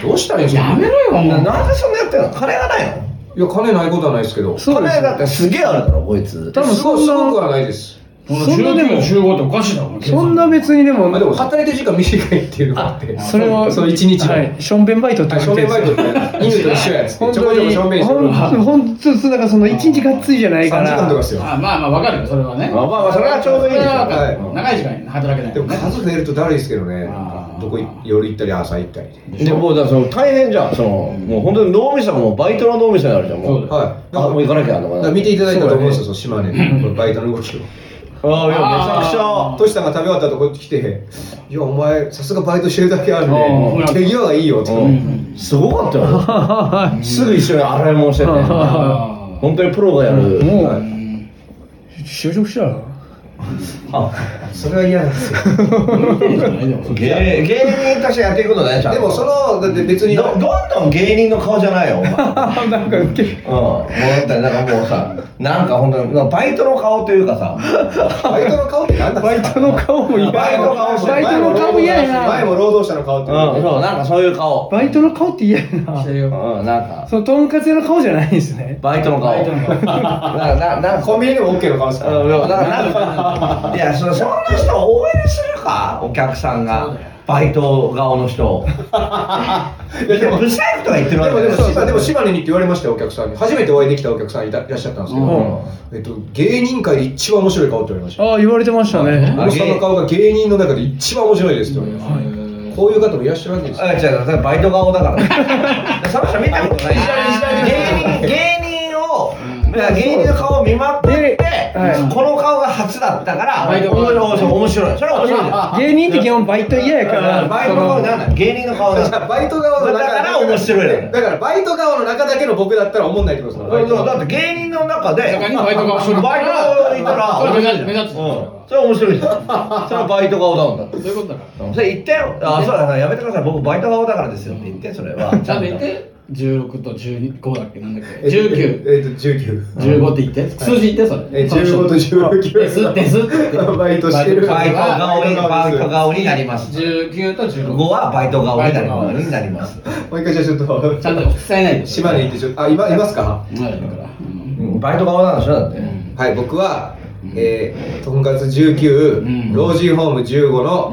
Speaker 3: どうしたらいいんですか
Speaker 2: やめろよも
Speaker 1: な
Speaker 2: う
Speaker 1: なんでそんなやってんの金がないの
Speaker 3: いや、金ないことはないですけど。
Speaker 4: そうです
Speaker 1: 金だってすげえあるだろこいつ
Speaker 4: 多分
Speaker 3: すご
Speaker 4: そ
Speaker 3: い、すご
Speaker 4: ん
Speaker 3: く
Speaker 4: な
Speaker 3: はないです。
Speaker 4: そんなでも
Speaker 2: 15っておかしいだろ
Speaker 4: そんな別にでも
Speaker 3: まあでも、働いてる時間短いっていうのがあって。
Speaker 4: それを
Speaker 3: その一日の
Speaker 4: はいションベンバイトって
Speaker 3: あ正
Speaker 4: て
Speaker 3: 面バイトって、犬と一緒やつって。
Speaker 4: 本
Speaker 3: ちょこ
Speaker 4: 当
Speaker 3: ちょこ
Speaker 4: に
Speaker 3: 正面してる。
Speaker 4: 本当本当なんかその一日がっつりじゃない
Speaker 3: 3時
Speaker 4: から
Speaker 3: 間とかですよ。
Speaker 2: あまあまあわかるよそれはね
Speaker 1: まあまあそれはちょうどいい
Speaker 2: そ
Speaker 1: でし
Speaker 2: れ
Speaker 1: ょ
Speaker 2: は分かる
Speaker 3: はい
Speaker 2: 長い時間働けない
Speaker 3: でも数増えるとだるいですけどね、
Speaker 2: あー
Speaker 3: なんかどこい夜行ったり朝行ったりで。
Speaker 1: でもうだからその大変じゃんそのもう本当に脳みそがもうバイトの脳みそになるじゃんも
Speaker 2: そう
Speaker 1: う
Speaker 2: だよ
Speaker 3: はい。
Speaker 1: あもう行かなきゃなのか
Speaker 3: だ
Speaker 1: な
Speaker 3: から見ていただいたと思うんですよ、そう島根のこのバイトの動きを。
Speaker 1: ああいやめちゃくち
Speaker 2: あ
Speaker 1: ゃ
Speaker 3: トシさんが食べ終わったとこ来て、いや、お前、さすがバイトしてるだけある
Speaker 2: うん
Speaker 3: ね、手際がいいよって。
Speaker 1: うんすごかったよすぐ一緒に洗い物してて
Speaker 2: あ
Speaker 1: 本当にプロがやる
Speaker 4: もう、
Speaker 1: はい
Speaker 4: 就職したら
Speaker 3: それは嫌なんですよ。
Speaker 1: 芸芸人としてやっていくのねちゃんと
Speaker 3: でも、その、だって別
Speaker 1: ど
Speaker 3: に、
Speaker 1: どんどん芸人の顔じゃない よお前うんも
Speaker 4: あなんかウケる
Speaker 1: うだってなんかもうさなんか本当にバイトの顔というかさ
Speaker 3: バイトの顔って何なん
Speaker 4: バ
Speaker 3: で
Speaker 4: イ
Speaker 3: す
Speaker 4: ト
Speaker 3: か
Speaker 4: の顔も嫌
Speaker 1: バイトの顔
Speaker 4: バイトの顔嫌やな
Speaker 3: 前も労働者の顔って。
Speaker 1: うんそうなんかそういう顔
Speaker 4: バイトの顔って嫌やな
Speaker 1: うんなんか
Speaker 4: そのとんかつ屋の顔じゃないんですね
Speaker 1: バイトの顔
Speaker 2: バイトの顔
Speaker 1: なんかななんか
Speaker 3: コンビニでも OK の顔ですから。
Speaker 1: うん、だからなんか、いや、そそんな人を応援するか、お客さん
Speaker 2: そう
Speaker 1: が
Speaker 2: だよ、
Speaker 1: バイト顔の人を。
Speaker 3: いやでも
Speaker 1: ブサイクとか言って
Speaker 3: で
Speaker 1: るわ
Speaker 3: も
Speaker 1: け
Speaker 3: でも
Speaker 1: だ
Speaker 3: 島でも島根にって言われましたよお客さんに初めてお会いできたお客さんいたいらっしゃったんですけど、えっと、芸人界で一番面白い顔って言われました
Speaker 4: ああ言われてましたね
Speaker 1: あ
Speaker 3: 小野さんの顔が芸人の中で一番面白いですって言われました
Speaker 2: ー
Speaker 3: こういう方もいらっしゃるわけですよ
Speaker 1: あ、違う、だからバイト顔だから。その人見たことない。芸人、芸人を、いや芸人の顔を見まくって、
Speaker 4: はい
Speaker 1: この顔が初だったから、
Speaker 2: バイト顔
Speaker 1: 面白い、面白い。それは面白いじゃん。
Speaker 4: 芸人って基本バイト嫌やから
Speaker 1: バイトの顔なんだ芸人の顔なんだ。
Speaker 3: バイト顔の中
Speaker 1: だから面白いの
Speaker 3: だからバイト顔の中だけの僕だったら思んないってことですか
Speaker 1: うんだって芸人の中で、
Speaker 2: 中にバイト顔してる
Speaker 1: バイト顔でいたら、
Speaker 2: それ目立つ目立つ
Speaker 1: うんそれ面白いじゃん。それはバイト顔だもんだ
Speaker 2: そういうことだから
Speaker 1: それ言ってよ。あ、そうだな、やめてください。僕バイト顔だからですよって言って、それは。
Speaker 2: ちゃんと言って16と15だっけなんだっ
Speaker 3: え
Speaker 2: け
Speaker 3: っと
Speaker 2: 1915
Speaker 3: えっと19
Speaker 2: って言って数字言ってそ
Speaker 3: え
Speaker 2: れ
Speaker 3: 15と
Speaker 2: で
Speaker 3: 19
Speaker 2: すってすって
Speaker 3: バイトしてる
Speaker 1: バイト顔に、バイト顔になります。
Speaker 2: 19と
Speaker 1: 5
Speaker 2: 15
Speaker 1: はバイト顔になります。になります。
Speaker 3: もう一回じゃあちょっと
Speaker 2: ちゃんと伝えないで
Speaker 3: 島根行ってちょっとあ今いますか
Speaker 2: はいだからうん
Speaker 1: うんバイト顔なんでしょだって。
Speaker 3: はい、僕は、えー、とんかつ19、
Speaker 2: ん
Speaker 3: 老人ホーム15の、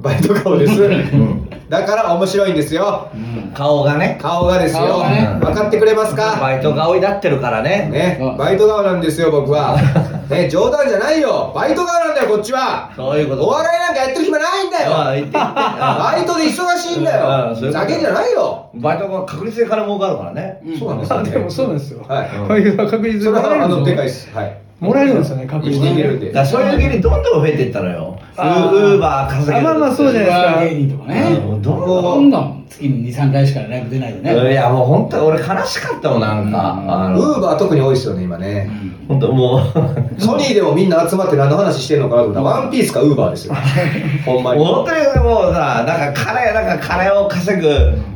Speaker 3: バイト顔です、
Speaker 1: ん
Speaker 3: だから面白いんですよ
Speaker 1: 顔がね。
Speaker 3: 顔がですよ、
Speaker 2: 顔がね
Speaker 3: 分かってくれますか、
Speaker 1: バイト顔になってるからね。
Speaker 3: ね
Speaker 2: うん、
Speaker 3: バイト顔なんですよ僕はね冗談じゃないよバイト顔なんだよこっちは
Speaker 1: そういうこと
Speaker 3: お笑いなんかやってる暇ないんだ
Speaker 1: あ
Speaker 3: よ
Speaker 1: 言って言ってあ
Speaker 3: バイトで忙しいんだ
Speaker 1: あ
Speaker 3: よ
Speaker 1: そういうこと
Speaker 3: ふざけんじゃないよ、
Speaker 1: バイト顔確率で金儲かるからね。
Speaker 3: そうなんですよ、
Speaker 4: あ
Speaker 3: ね、
Speaker 4: でもそうなんですよ
Speaker 3: はい、
Speaker 4: バイトは確実
Speaker 3: そ
Speaker 4: に
Speaker 3: れ
Speaker 4: もらえ
Speaker 3: はあ
Speaker 4: るんで
Speaker 3: の
Speaker 4: す
Speaker 3: で
Speaker 4: よ
Speaker 3: かいですはい
Speaker 4: もらえるんですよね
Speaker 3: 生
Speaker 4: 確
Speaker 3: き
Speaker 4: 実
Speaker 3: ていけ
Speaker 4: に
Speaker 3: るんで
Speaker 1: だからそういう芸人どんどん増えていったのよ。ウーバー稼げ
Speaker 4: あ
Speaker 1: る。
Speaker 4: まあまあそうじゃな
Speaker 2: バ
Speaker 4: い
Speaker 2: ー芸
Speaker 4: です
Speaker 2: 人とかね
Speaker 1: うんどんどん
Speaker 2: どんどん月に23回しかライブ出ないでね
Speaker 1: いやもう本当俺悲しかったもんなんか、あの
Speaker 3: ウーバー特に多いですよね今ね、
Speaker 1: 本当もう
Speaker 3: ソニーでもみんな集まって何の話してんのかなと思ったら、ワンピースかウーバーですよ。ほんまに。
Speaker 1: 本当にもうさなんか金なんか金を稼ぐ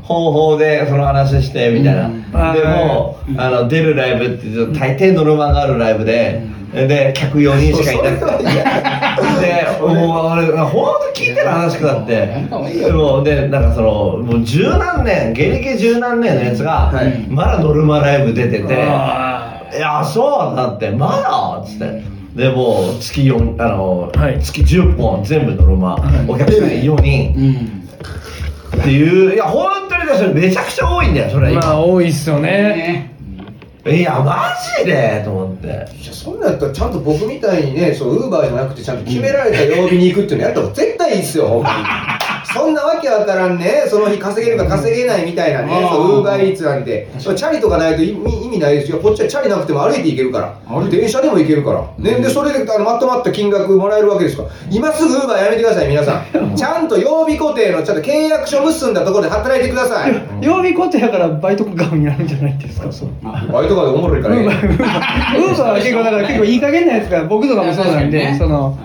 Speaker 1: 方法でその話してみたいな、
Speaker 2: うん
Speaker 1: でもうあの出るライブって大抵ノルマがあるライブで、で、客4人しかいなくて。で、もうあれ、ほんと聞いたら話しくなっ
Speaker 2: や
Speaker 1: て
Speaker 2: めた方がいい。よ
Speaker 1: もう、で、なんかその、もう十何年、芸歴十何年のやつが
Speaker 3: はい、
Speaker 1: まだノルマライブ出てて、
Speaker 4: あ
Speaker 1: いや、そうだって、まだっつって。で、もう、月4、あの、
Speaker 4: はい
Speaker 1: 月10本全部ノルマ、お客さん4人
Speaker 2: うん
Speaker 1: っていう、いや、本当にですね、めちゃくちゃ多いんだよ、それ
Speaker 4: ーまあ
Speaker 1: 今。
Speaker 4: 多いっすよね
Speaker 2: ね
Speaker 1: いや、マジでと思って。
Speaker 3: いやそんなんやったらちゃんと僕みたいにね、ウーバーじゃなくて、ちゃんと決められた曜日に行くっていうのやった方が絶対いいっすよ、ほん まに。そんなわけわからんね、その日稼げるか稼げないみたいなね、
Speaker 2: あー
Speaker 3: ウーバーイーツなんて、そうチャリとかないと意味意味ないですよ、こっちはチャリなくても歩いて行けるから、
Speaker 2: 歩いて
Speaker 3: 電車でも行けるから、ね、でそれであのまとまった金額もらえるわけですから、今すぐウーバーやめてください、皆さん、ちゃんと曜日固定のちゃんと契約書結んだところで働いてください。
Speaker 4: 曜日固定やからバイトガムになるんじゃないですかそう
Speaker 3: バイトかでおもろい から
Speaker 4: ウーバ
Speaker 3: ね
Speaker 4: ー、ウーバー、ウーバーは結構だから結構いい加減なやつが僕とかもそうなんで、その、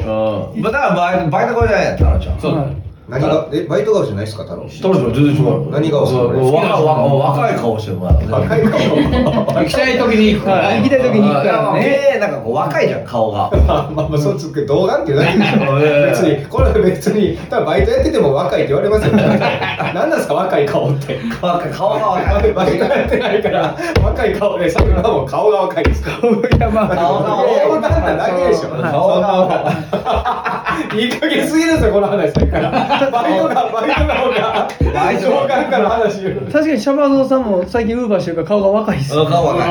Speaker 1: うん。まあだからバイト、バイトこれじゃないやったらちゃん。
Speaker 2: そうだね
Speaker 3: 何が、え、バイト顔じゃないですか、太郎。
Speaker 1: 当時は全然違うよ。
Speaker 3: 何顔するの
Speaker 1: そう若い若い若い顔してるからね。
Speaker 3: 若い顔。
Speaker 2: 行きたい時に行くから
Speaker 4: はい行きたい時に行くからね。
Speaker 1: ね。なんかこう若いじゃん、顔が。
Speaker 3: まあまあまあ、そうつく童顔って言われるけど
Speaker 1: ええ
Speaker 3: 別に、これは別に、多分バイトやってても若いって言われますよね。何なんですか、若い顔って。
Speaker 1: 若い顔が
Speaker 3: バ
Speaker 1: 若い。
Speaker 3: イトやってないから、若い顔で、さっきのも顔が若いですから。
Speaker 4: いやまあ、
Speaker 1: 顔が若い
Speaker 3: 童顔なんだだけでしょ。
Speaker 1: はい
Speaker 3: 顔が若い。いい加減すぎるんですよ、この話だから。バイトが、バイトの方が、
Speaker 1: バイト
Speaker 3: 童顔から話言う
Speaker 4: 確
Speaker 3: の。
Speaker 4: かにシャバゾウさんも最近ウーバーしてるから顔が若いっす。
Speaker 1: 顔が若い。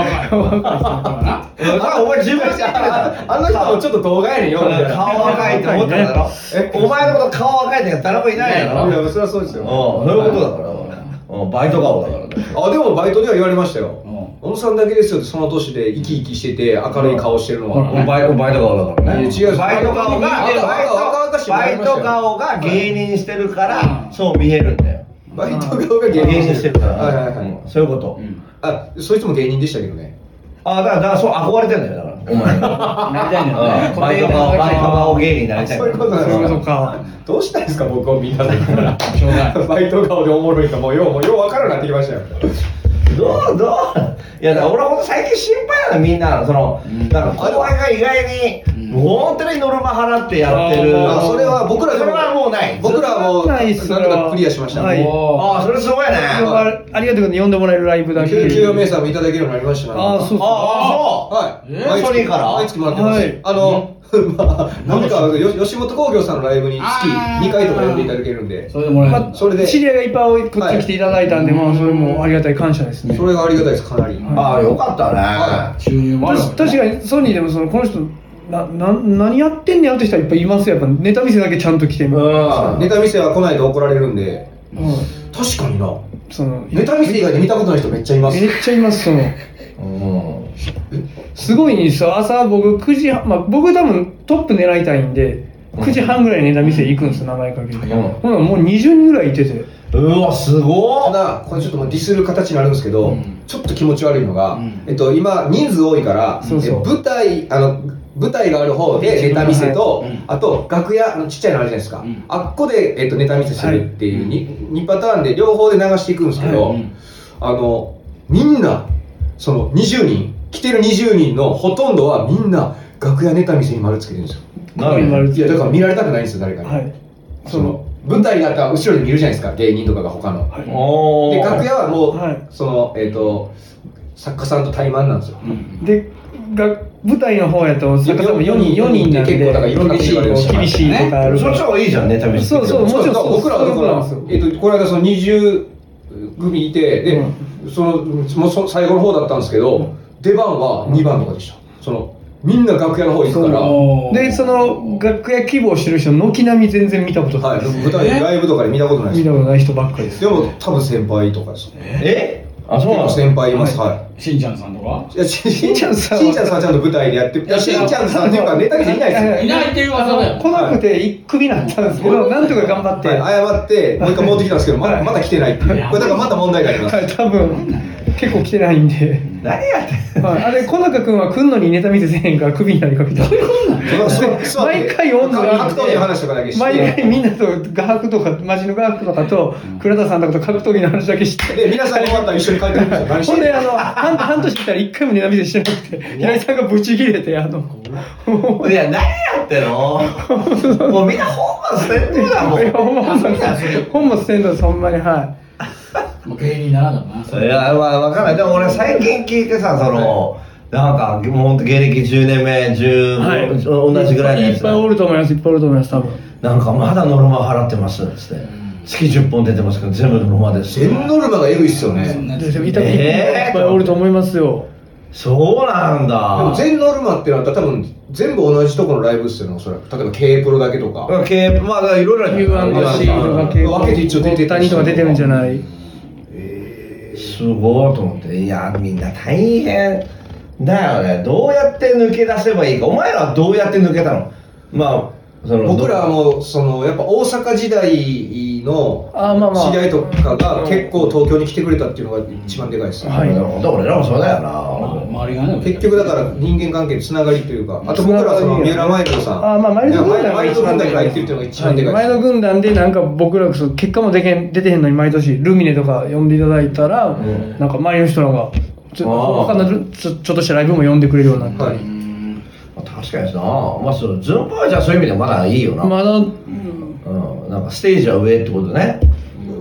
Speaker 1: あ、お前自分で言ってた
Speaker 3: あの人もちょっと童顔やねんよ、みたいな。
Speaker 1: 顔若いって思ってただろ。え、お前のこと顔若いって誰もいないだろ。うん
Speaker 3: いや、それはそうですよ。
Speaker 1: そういうことだから俺。うんバイト顔だからね。
Speaker 3: あでもバイトでは言われましたよ
Speaker 2: う
Speaker 3: 小
Speaker 2: ん
Speaker 3: 野さんだけですよってその年で生き生きしてて明るい顔してるのは、
Speaker 1: バイトバイト顔だからね。
Speaker 3: いや違う
Speaker 1: バイト顔が、
Speaker 3: バイト顔が
Speaker 1: バイト顔が芸人してるから、そう見えるんだよ。
Speaker 3: バイト顔が芸
Speaker 1: 芸
Speaker 3: 人
Speaker 1: 人してるから。
Speaker 3: はいはいはい、
Speaker 1: うんそういうこと。
Speaker 3: あそいつも芸人でしたけどね
Speaker 1: あ、だから、だからそう憧れてんだよ、だから。お前 が。
Speaker 2: なりたいんだよね
Speaker 1: うんバイト顔、バイト顔芸人になりたいか
Speaker 3: そう
Speaker 1: ら。
Speaker 3: いうことなんで
Speaker 4: そういう
Speaker 3: す
Speaker 4: こと
Speaker 3: か
Speaker 4: か。
Speaker 3: どうしたんですか僕をみんなで
Speaker 2: しょうがない
Speaker 3: バイト顔でおもろいかもうようもうよう分からなくなってきましたよ
Speaker 1: どうどういやだから俺ほんと最近心配なのみんなその、なんか後輩が意外に、本当にノルマ払ってやってる
Speaker 3: あそれは僕らで
Speaker 1: それはもうない
Speaker 3: 僕らはもう
Speaker 4: ないっす
Speaker 3: なんとかクリアしました、
Speaker 4: は
Speaker 3: ね
Speaker 4: い。
Speaker 1: ああそれすごいねあ
Speaker 4: あありがとうね呼んでもらえるライブだけ。
Speaker 3: 救急名産もいただけるようになりましたから
Speaker 4: ああ、そう
Speaker 1: あ
Speaker 3: はい、
Speaker 1: えーソニーから
Speaker 3: 毎月もらってます、
Speaker 4: はい
Speaker 3: あの、 まあなんかよ吉本興業さんのライブに月
Speaker 2: あー
Speaker 3: 2回とか呼んでいただけるんで
Speaker 2: それでもらえるんだ
Speaker 3: それで
Speaker 4: 知り合いがいっぱいこっちに来ていただいたんで、まあそれもありがたい感謝ですね。
Speaker 3: それがありがたいですかなり、
Speaker 1: そうああよかったね、
Speaker 3: は
Speaker 2: 収入もあるわ
Speaker 4: 確
Speaker 2: け
Speaker 4: 確かにソニーでもそのこの人なな何やってんねやって人はいっぱいいますよやっぱネタ見せだけちゃんと来てみる、
Speaker 1: うん
Speaker 3: ネタ見せは来ないと怒られるんで
Speaker 4: うん
Speaker 3: 確かにな
Speaker 4: その
Speaker 3: ネタ見せ以外で見たことない人めっちゃいます
Speaker 4: めっちゃいますその
Speaker 1: うん
Speaker 4: すごいんですよ朝僕9時半、まあ、僕多分トップ狙いたいんで9時半ぐらいにネタ見せ行くんですよ名前かけて、
Speaker 1: ん
Speaker 4: ほんならもう20人ぐらいいてて
Speaker 1: うわすご
Speaker 3: た
Speaker 1: っ
Speaker 3: だこれちょっともうディスる形になるんですけど、
Speaker 2: うん
Speaker 3: ちょっと気持ち悪いのが、
Speaker 2: うん
Speaker 3: えっと、今人数多いから
Speaker 4: そうそう
Speaker 3: え舞台あの舞台がある方でネタ見せと、
Speaker 2: うん
Speaker 3: あと楽屋あのちっちゃいのあるじゃないですか、
Speaker 2: うん
Speaker 3: あっこで、えっと、ネタ見せするっていう 2,、二パターンで両方で流していくんですけど、
Speaker 2: はいうん
Speaker 3: あのみんなその20人来てる20人のほとんどはみんな楽屋ネタ見せに丸つけてるんですよ
Speaker 1: なんで
Speaker 4: 今言われ
Speaker 3: い
Speaker 4: て
Speaker 3: やだから見られたくないんですよ誰かに、
Speaker 4: はい
Speaker 3: その舞台だったら後ろに見るじゃないですか芸人とかが他の、
Speaker 1: お
Speaker 3: で
Speaker 1: ー
Speaker 3: 楽屋はもう、
Speaker 4: はい
Speaker 3: そのえっ、と作家さんと対マンなんですよ、
Speaker 2: うん
Speaker 4: でが舞台の方やと坂田も4人四
Speaker 3: 四人
Speaker 4: 人なんで
Speaker 3: 結構だからいろんな
Speaker 4: 厳しい
Speaker 3: こと言われるし
Speaker 4: 厳しいとかあるか
Speaker 1: そっ
Speaker 4: ら
Speaker 1: ちの方がいいじゃんネタ見せ
Speaker 4: そうそうもちろん
Speaker 3: だから僕らはだから
Speaker 4: そういうことなんで
Speaker 3: えっ、とこの間その20組いてで、そのもうそ最後の方だったんですけど、出番は2番とかでしたそのみんな楽屋の方行くから
Speaker 2: そう
Speaker 4: でその楽屋希望してる人軒並み全然見たことな
Speaker 3: はいい、
Speaker 4: です、
Speaker 3: 舞台ライブとかで見たことない
Speaker 4: 見
Speaker 3: で
Speaker 4: たことない人ばっかりです
Speaker 3: すでも多分先輩とかですね
Speaker 1: えあそうな
Speaker 3: 結構
Speaker 1: の
Speaker 3: 先輩いますはい、
Speaker 2: しんちゃんさんとか
Speaker 3: いやししんちゃんさんは
Speaker 4: し
Speaker 3: し
Speaker 4: ん
Speaker 3: ん
Speaker 4: ち
Speaker 3: ち
Speaker 4: ゃ
Speaker 3: ゃ
Speaker 4: んさ
Speaker 3: んさんはちゃんと舞台でやっていやしんちゃんさんっていうかネタ見せいないですよ
Speaker 4: はい
Speaker 2: いないっていう噂だよ
Speaker 4: 来なくて1組だったんですけど、なんとか頑張って、
Speaker 3: はい謝ってもう一回戻ってきたんですけどまだまだ来てないっていうこれだからまた問題があります
Speaker 4: 多分結構来てないんで。
Speaker 1: 何やってんの
Speaker 4: はい、あれ、小中君は来んのにネタ見せせへんからクビになりかけた。毎回温度があっ
Speaker 3: 格闘技
Speaker 4: て
Speaker 3: の話とかだけして
Speaker 4: 毎回みんなと画伯とか、マジの画伯とかと、倉田さんとかと格闘技の話だけして。
Speaker 3: で皆さん終わったら一緒に帰ってくるんですよ何し
Speaker 4: ほ
Speaker 3: て
Speaker 4: ん
Speaker 3: ん
Speaker 4: で、
Speaker 3: の
Speaker 4: あ の、半半年いたら一回もネタ見せしてなくて、平井さんがブチ切れて、あの、も
Speaker 1: いや、何やってん のもうみんな本末転倒だも
Speaker 4: ういや、
Speaker 1: ん。
Speaker 4: ほんま、ほんま、せんのです、ほんまに、はい。
Speaker 2: もう芸人にならんだもんなそ
Speaker 1: い
Speaker 2: れ
Speaker 1: や、まあ、わかんない。でも俺最近聞いてさ、その、なんか、もうほんと芸歴10年目、10、同じぐらいの
Speaker 4: い
Speaker 1: や
Speaker 4: っ
Speaker 1: つ。
Speaker 4: ぱいおると思います、いっぱいおると思います、多分。
Speaker 1: なんかまだノルマ払ってますっつって月10本出てますけど全部ノルマです
Speaker 3: 全ノルマがエグいっすよ
Speaker 2: そん
Speaker 3: ね
Speaker 2: なやつ
Speaker 4: でもいたいっぱいおると思いますよ。
Speaker 1: そうなん
Speaker 3: でも
Speaker 1: だ
Speaker 3: 全ノルマってなったら多分全部同じとこのライブっすよねおそらく例えば K プロだけとか
Speaker 1: 経営まあいろいろな
Speaker 4: U&C とか結構、
Speaker 3: 分けて一応出てる
Speaker 4: ゴッタニとか出てるんじゃない
Speaker 1: すごいと思っていやみんな大変だよねどうやって抜け出せばいいかお前らはどうやって抜けたのまあその
Speaker 3: 僕らはもうそのやっぱ大阪時代の
Speaker 4: あまあまあ
Speaker 3: 知り合いとかが結構東京に来てくれたっていうのが一番でかいですね
Speaker 4: はい
Speaker 1: なるほど俺らもそうだよな
Speaker 2: まあ周りがね
Speaker 3: 結局だから人間関係のつながりというかあと僕らはその三浦マイルドさん
Speaker 4: あまあマイルド軍
Speaker 3: いや
Speaker 4: 団が
Speaker 3: マイル
Speaker 4: 一
Speaker 3: ド軍
Speaker 4: 番
Speaker 3: 団
Speaker 4: で
Speaker 3: が
Speaker 4: かい
Speaker 3: 入ってるっていうのが一番でかい
Speaker 4: 前の
Speaker 3: ですね
Speaker 4: 軍団でなんか僕らその結果も出けん出てへんのに毎年ルミネとか呼んでいただいたら、
Speaker 1: ん
Speaker 4: なんか周りの人らがちょ
Speaker 1: あー
Speaker 4: 他のちょちょっとしたライブも呼んでくれるようになった
Speaker 3: は
Speaker 4: り、
Speaker 3: い
Speaker 2: うん
Speaker 1: 確かになまあそう順番はじゃあそういう意味ではまだいいよな、
Speaker 4: まだ
Speaker 1: うん、なんかステージは上ってことね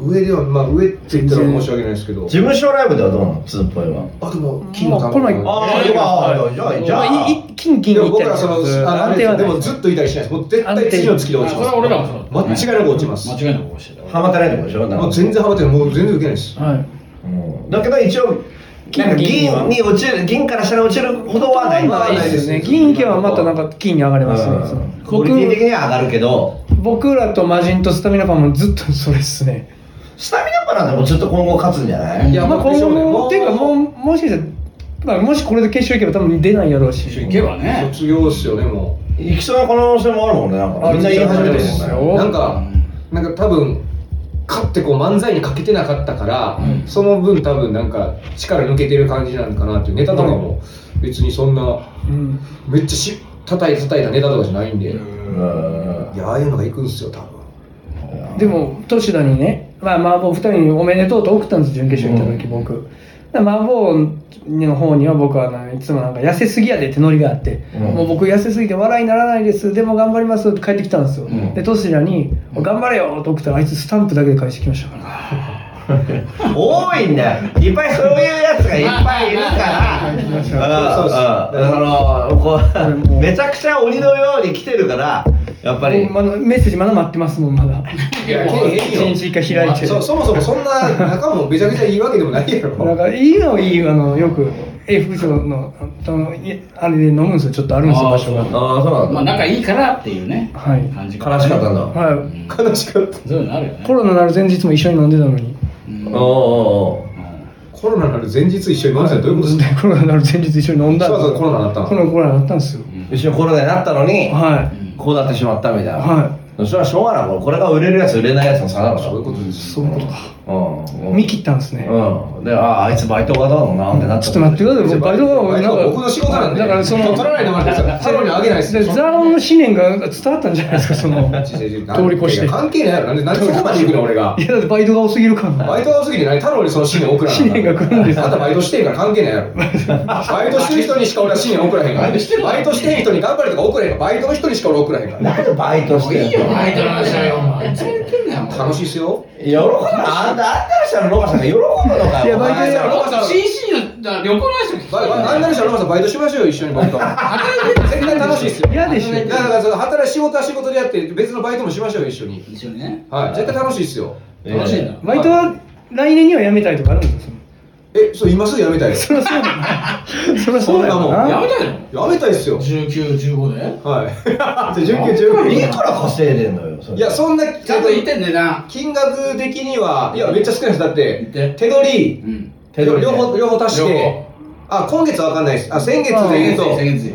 Speaker 3: 上ではまあ上って言ったら申し訳ないですけど
Speaker 1: 事務所ライブではどうなのツーポイは
Speaker 3: あでも金の
Speaker 4: まあ
Speaker 3: 玉
Speaker 4: これ
Speaker 1: あ
Speaker 4: も
Speaker 1: あ、今、じゃあ、じゃ
Speaker 4: まあ、
Speaker 1: あ、
Speaker 4: いい金銀
Speaker 3: で
Speaker 4: に
Speaker 3: も
Speaker 4: 行った
Speaker 3: 僕
Speaker 4: り
Speaker 3: らそのああ
Speaker 4: 安
Speaker 3: れで
Speaker 4: 定はな
Speaker 3: すよで
Speaker 4: い
Speaker 3: もずっといたりしないですもう絶対次の月で落ち
Speaker 2: あそれは俺らもそうだ
Speaker 3: ます間違いなく落ちます
Speaker 2: 間違いなく落ちてた
Speaker 1: はまたないってことでしょなんか
Speaker 3: もう全然ハマってないもう全然受けないです
Speaker 4: はい
Speaker 1: うんだけど、一応、なんか
Speaker 4: 銀
Speaker 1: 銀に落ちる、銀から下に落ちるほどはない。
Speaker 4: まあいいですよね銀行けばまたなんか金に上がりますね、その
Speaker 1: クオリティ的には上がるけど、
Speaker 4: 僕らと魔人とスタミナパンもずっとそれっすね
Speaker 1: スタミナパランでもずっと今後勝つんじゃない
Speaker 3: いや
Speaker 4: まあ今後
Speaker 3: でしょうね
Speaker 4: も
Speaker 3: もう
Speaker 4: っていうかもうもしかしたらまあもしこれで決勝行けば多分出ないやろうし
Speaker 2: 一緒に行けばね
Speaker 3: 卒業っすよねもう
Speaker 1: 行きそうな可能性もあるもんね、なんか。
Speaker 4: あ
Speaker 1: みんな言い始めてる
Speaker 4: そうです
Speaker 1: もんね。
Speaker 4: よ
Speaker 3: なんか、なんか多分、勝ってこう漫才にかけてなかったから、その分多分なんか力抜けてる感じなのかなっていうネタとかも、別にそんな、
Speaker 4: うん
Speaker 3: めっちゃし叩いた叩いたネタとかじゃないんで、
Speaker 1: うん
Speaker 3: いや、ああいうのがいくんすよ、多分。
Speaker 4: でも年田にねまあ麻婆二人におめでとうと送ったんです準決勝行った時僕、だから麻婆の方には僕はないつもなんか痩せすぎやでってノリがあって、
Speaker 1: うん
Speaker 4: もう僕痩せすぎて笑いにならないですでも頑張りますって帰ってきたんですよ、
Speaker 2: ん
Speaker 4: で年田に「頑張れよ」と送ったらあいつスタンプだけで返してきましたから
Speaker 1: 多いんだよ。いっぱいそういうやつがいっぱいいるから。うんうんそのこうめちゃくちゃ鬼のように来てるから、やっぱり。
Speaker 4: もうあのメッセージまだ待ってますもんまだ
Speaker 3: いや、
Speaker 4: 一日一回開いて
Speaker 3: そそもそもそんな仲もめちゃくちゃいいわけでも ないや
Speaker 4: なん
Speaker 3: ろ。
Speaker 4: かいいのいいあのよく A 副長のあのいあれで飲むんですよちょっとあるんですよ
Speaker 2: あ
Speaker 4: 場
Speaker 2: ー
Speaker 4: 所が
Speaker 2: そう
Speaker 1: ああ、そうなんだ
Speaker 2: まあ。仲いいからっていうね
Speaker 4: はい
Speaker 2: 感じが
Speaker 1: 悲しかったんだ。
Speaker 4: は
Speaker 3: 悲しかった。
Speaker 2: そういうのあるよ
Speaker 4: い
Speaker 2: ね
Speaker 4: コロナなる前日も一緒に飲んでたのに
Speaker 2: うん
Speaker 1: おおお
Speaker 3: コロナになる前日一緒に飲んでたらどういうことですか
Speaker 4: コロナなる前日一緒に飲んだ
Speaker 3: そうそうコロナになったの
Speaker 4: このコロナになったんですよ
Speaker 1: 一緒にコロナになったのに、
Speaker 4: は
Speaker 1: こうなってしまったみたいな。。
Speaker 4: はい
Speaker 1: それはしょうがないもん。これが売れるやつ、売れないやつの差だから。
Speaker 3: そういうことです
Speaker 4: いそういうことか
Speaker 1: うん。
Speaker 4: 見切ったんですね
Speaker 1: うん。で、ああ、あいつバイトがどうのなってなっ
Speaker 4: ち
Speaker 1: ち
Speaker 4: ょ
Speaker 1: ゃ
Speaker 4: っ
Speaker 1: った。
Speaker 4: と待ってくださいバイトが
Speaker 3: バイト
Speaker 4: なんか
Speaker 3: 僕の仕事なんで
Speaker 4: だからその
Speaker 3: 取らないでもらってくださいサロンにあげないです
Speaker 4: でザロンの思念が伝わったんじゃないですかその通り越して
Speaker 3: いや関係ないやろ。なんで、なんでそこまで行くの、俺が
Speaker 4: い。やだってバイトが多すぎるからな
Speaker 3: バイトが多すぎて何太郎にその新年送らな
Speaker 4: 新年が来るんですよ
Speaker 3: あんたバイトしてへんから関係ないやろバイトしてる人にしか俺は新年送らへんからバイトしてへん人に頑張れとか送れへんからバイトの人にしか俺送らへんから
Speaker 1: なんでバイトしてるのいいよ、
Speaker 2: バイトの話だよお前いつも言ってんだよお前
Speaker 3: 楽しいっすよ
Speaker 1: 喜ぶのあんた、あんたの人のロバさんが喜ぶのかよ。
Speaker 4: いやバイト
Speaker 1: お前
Speaker 4: や
Speaker 1: さ
Speaker 4: ろ
Speaker 2: ロバさん CC のだから旅行の話を聞き
Speaker 3: バイ何々したらロバさんバイトしましょうよ一緒に僕と絶対楽しいっすよ
Speaker 4: 嫌でしょ
Speaker 3: だからその働い仕事は仕事でやって別のバイトもしましょうよ一緒に
Speaker 2: 一緒にね
Speaker 3: はい絶対楽しいっすよ
Speaker 2: 楽しいんだ
Speaker 4: バイトは来年には辞めたいとかあるんですよ
Speaker 3: えそう今すぐやめたいです
Speaker 4: そりゃそうだなそりゃ そうだよ
Speaker 3: そんな
Speaker 4: な
Speaker 3: もん
Speaker 2: やめたいの
Speaker 3: やめたいっすよ
Speaker 2: 1915で
Speaker 3: はい で準決勝
Speaker 1: いくら稼いでんのよ、それ。
Speaker 3: いやそんな
Speaker 2: ちゃんと言ってんねんな
Speaker 3: 金額的にはいやめっちゃ少ないですだって
Speaker 2: 言って
Speaker 3: 手取り
Speaker 2: うん
Speaker 1: 手取り
Speaker 3: 両方両方足し
Speaker 2: 両
Speaker 3: て
Speaker 2: 方
Speaker 3: あ今月は分かんないですあ先月で言う
Speaker 2: 先
Speaker 3: と
Speaker 2: 月よ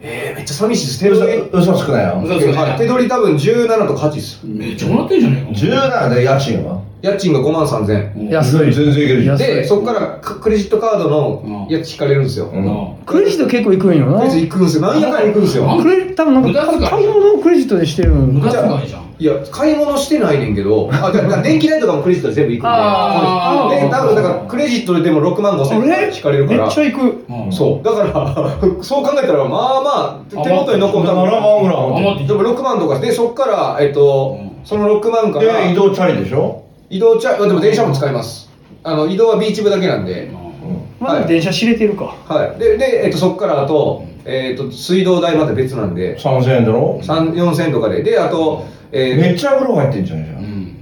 Speaker 3: えーめっちゃ寂しいです手取り
Speaker 1: 嘘、嘘つくなよ。
Speaker 2: 嘘つくな
Speaker 3: はい手取り多分17とか8です
Speaker 2: めっちゃもらってんじゃねえか
Speaker 1: 17で家賃は
Speaker 3: 家賃が5万3000円。
Speaker 2: うん
Speaker 4: 安
Speaker 1: 全
Speaker 4: い
Speaker 1: 然いけるじゃん
Speaker 4: 安い
Speaker 3: で、そこからククレジットカードの
Speaker 2: うん
Speaker 3: 家賃引かれるんですよ。ク
Speaker 1: うん
Speaker 4: クレジット結構行くんよな
Speaker 3: レジ行くんですよ。なんやかんや行くんですよ。
Speaker 4: クレ多分なん
Speaker 2: 無駄遣い
Speaker 4: か買い物をクレジットでしてる
Speaker 2: 無
Speaker 4: の
Speaker 2: 駄遣いじゃん
Speaker 3: いや、買い物してないねんけど、あ、だから電気代とかもクレジットで全部行くんで。
Speaker 2: あー
Speaker 3: で、多分だからクレジットででも6万5千円引かれるか
Speaker 4: めっ
Speaker 3: ら
Speaker 4: ち。ゃ行く
Speaker 2: うん
Speaker 3: そう。だから、 そう考えたら、まあまあ、手元に残った
Speaker 1: 7万ぐらい
Speaker 2: あ
Speaker 1: 余
Speaker 2: 余
Speaker 1: っ
Speaker 2: ってて
Speaker 3: でも6万とか、で、そっから、えっと
Speaker 2: うん、
Speaker 3: その6万から、
Speaker 1: で移動チャリでしょ
Speaker 3: 移動チャあでも電車も使います。あの、移動はビーチ部だけなんで。
Speaker 1: うん
Speaker 4: まだ電車知れてるか
Speaker 3: はい。で、で、えっと、そっからあと、えっと、水道代また別なんで、
Speaker 1: 3000円だろ
Speaker 3: 3、4000とかで。で、あと、
Speaker 1: め
Speaker 3: え
Speaker 1: っちゃ風呂入ってんじゃんじゃ
Speaker 2: うんん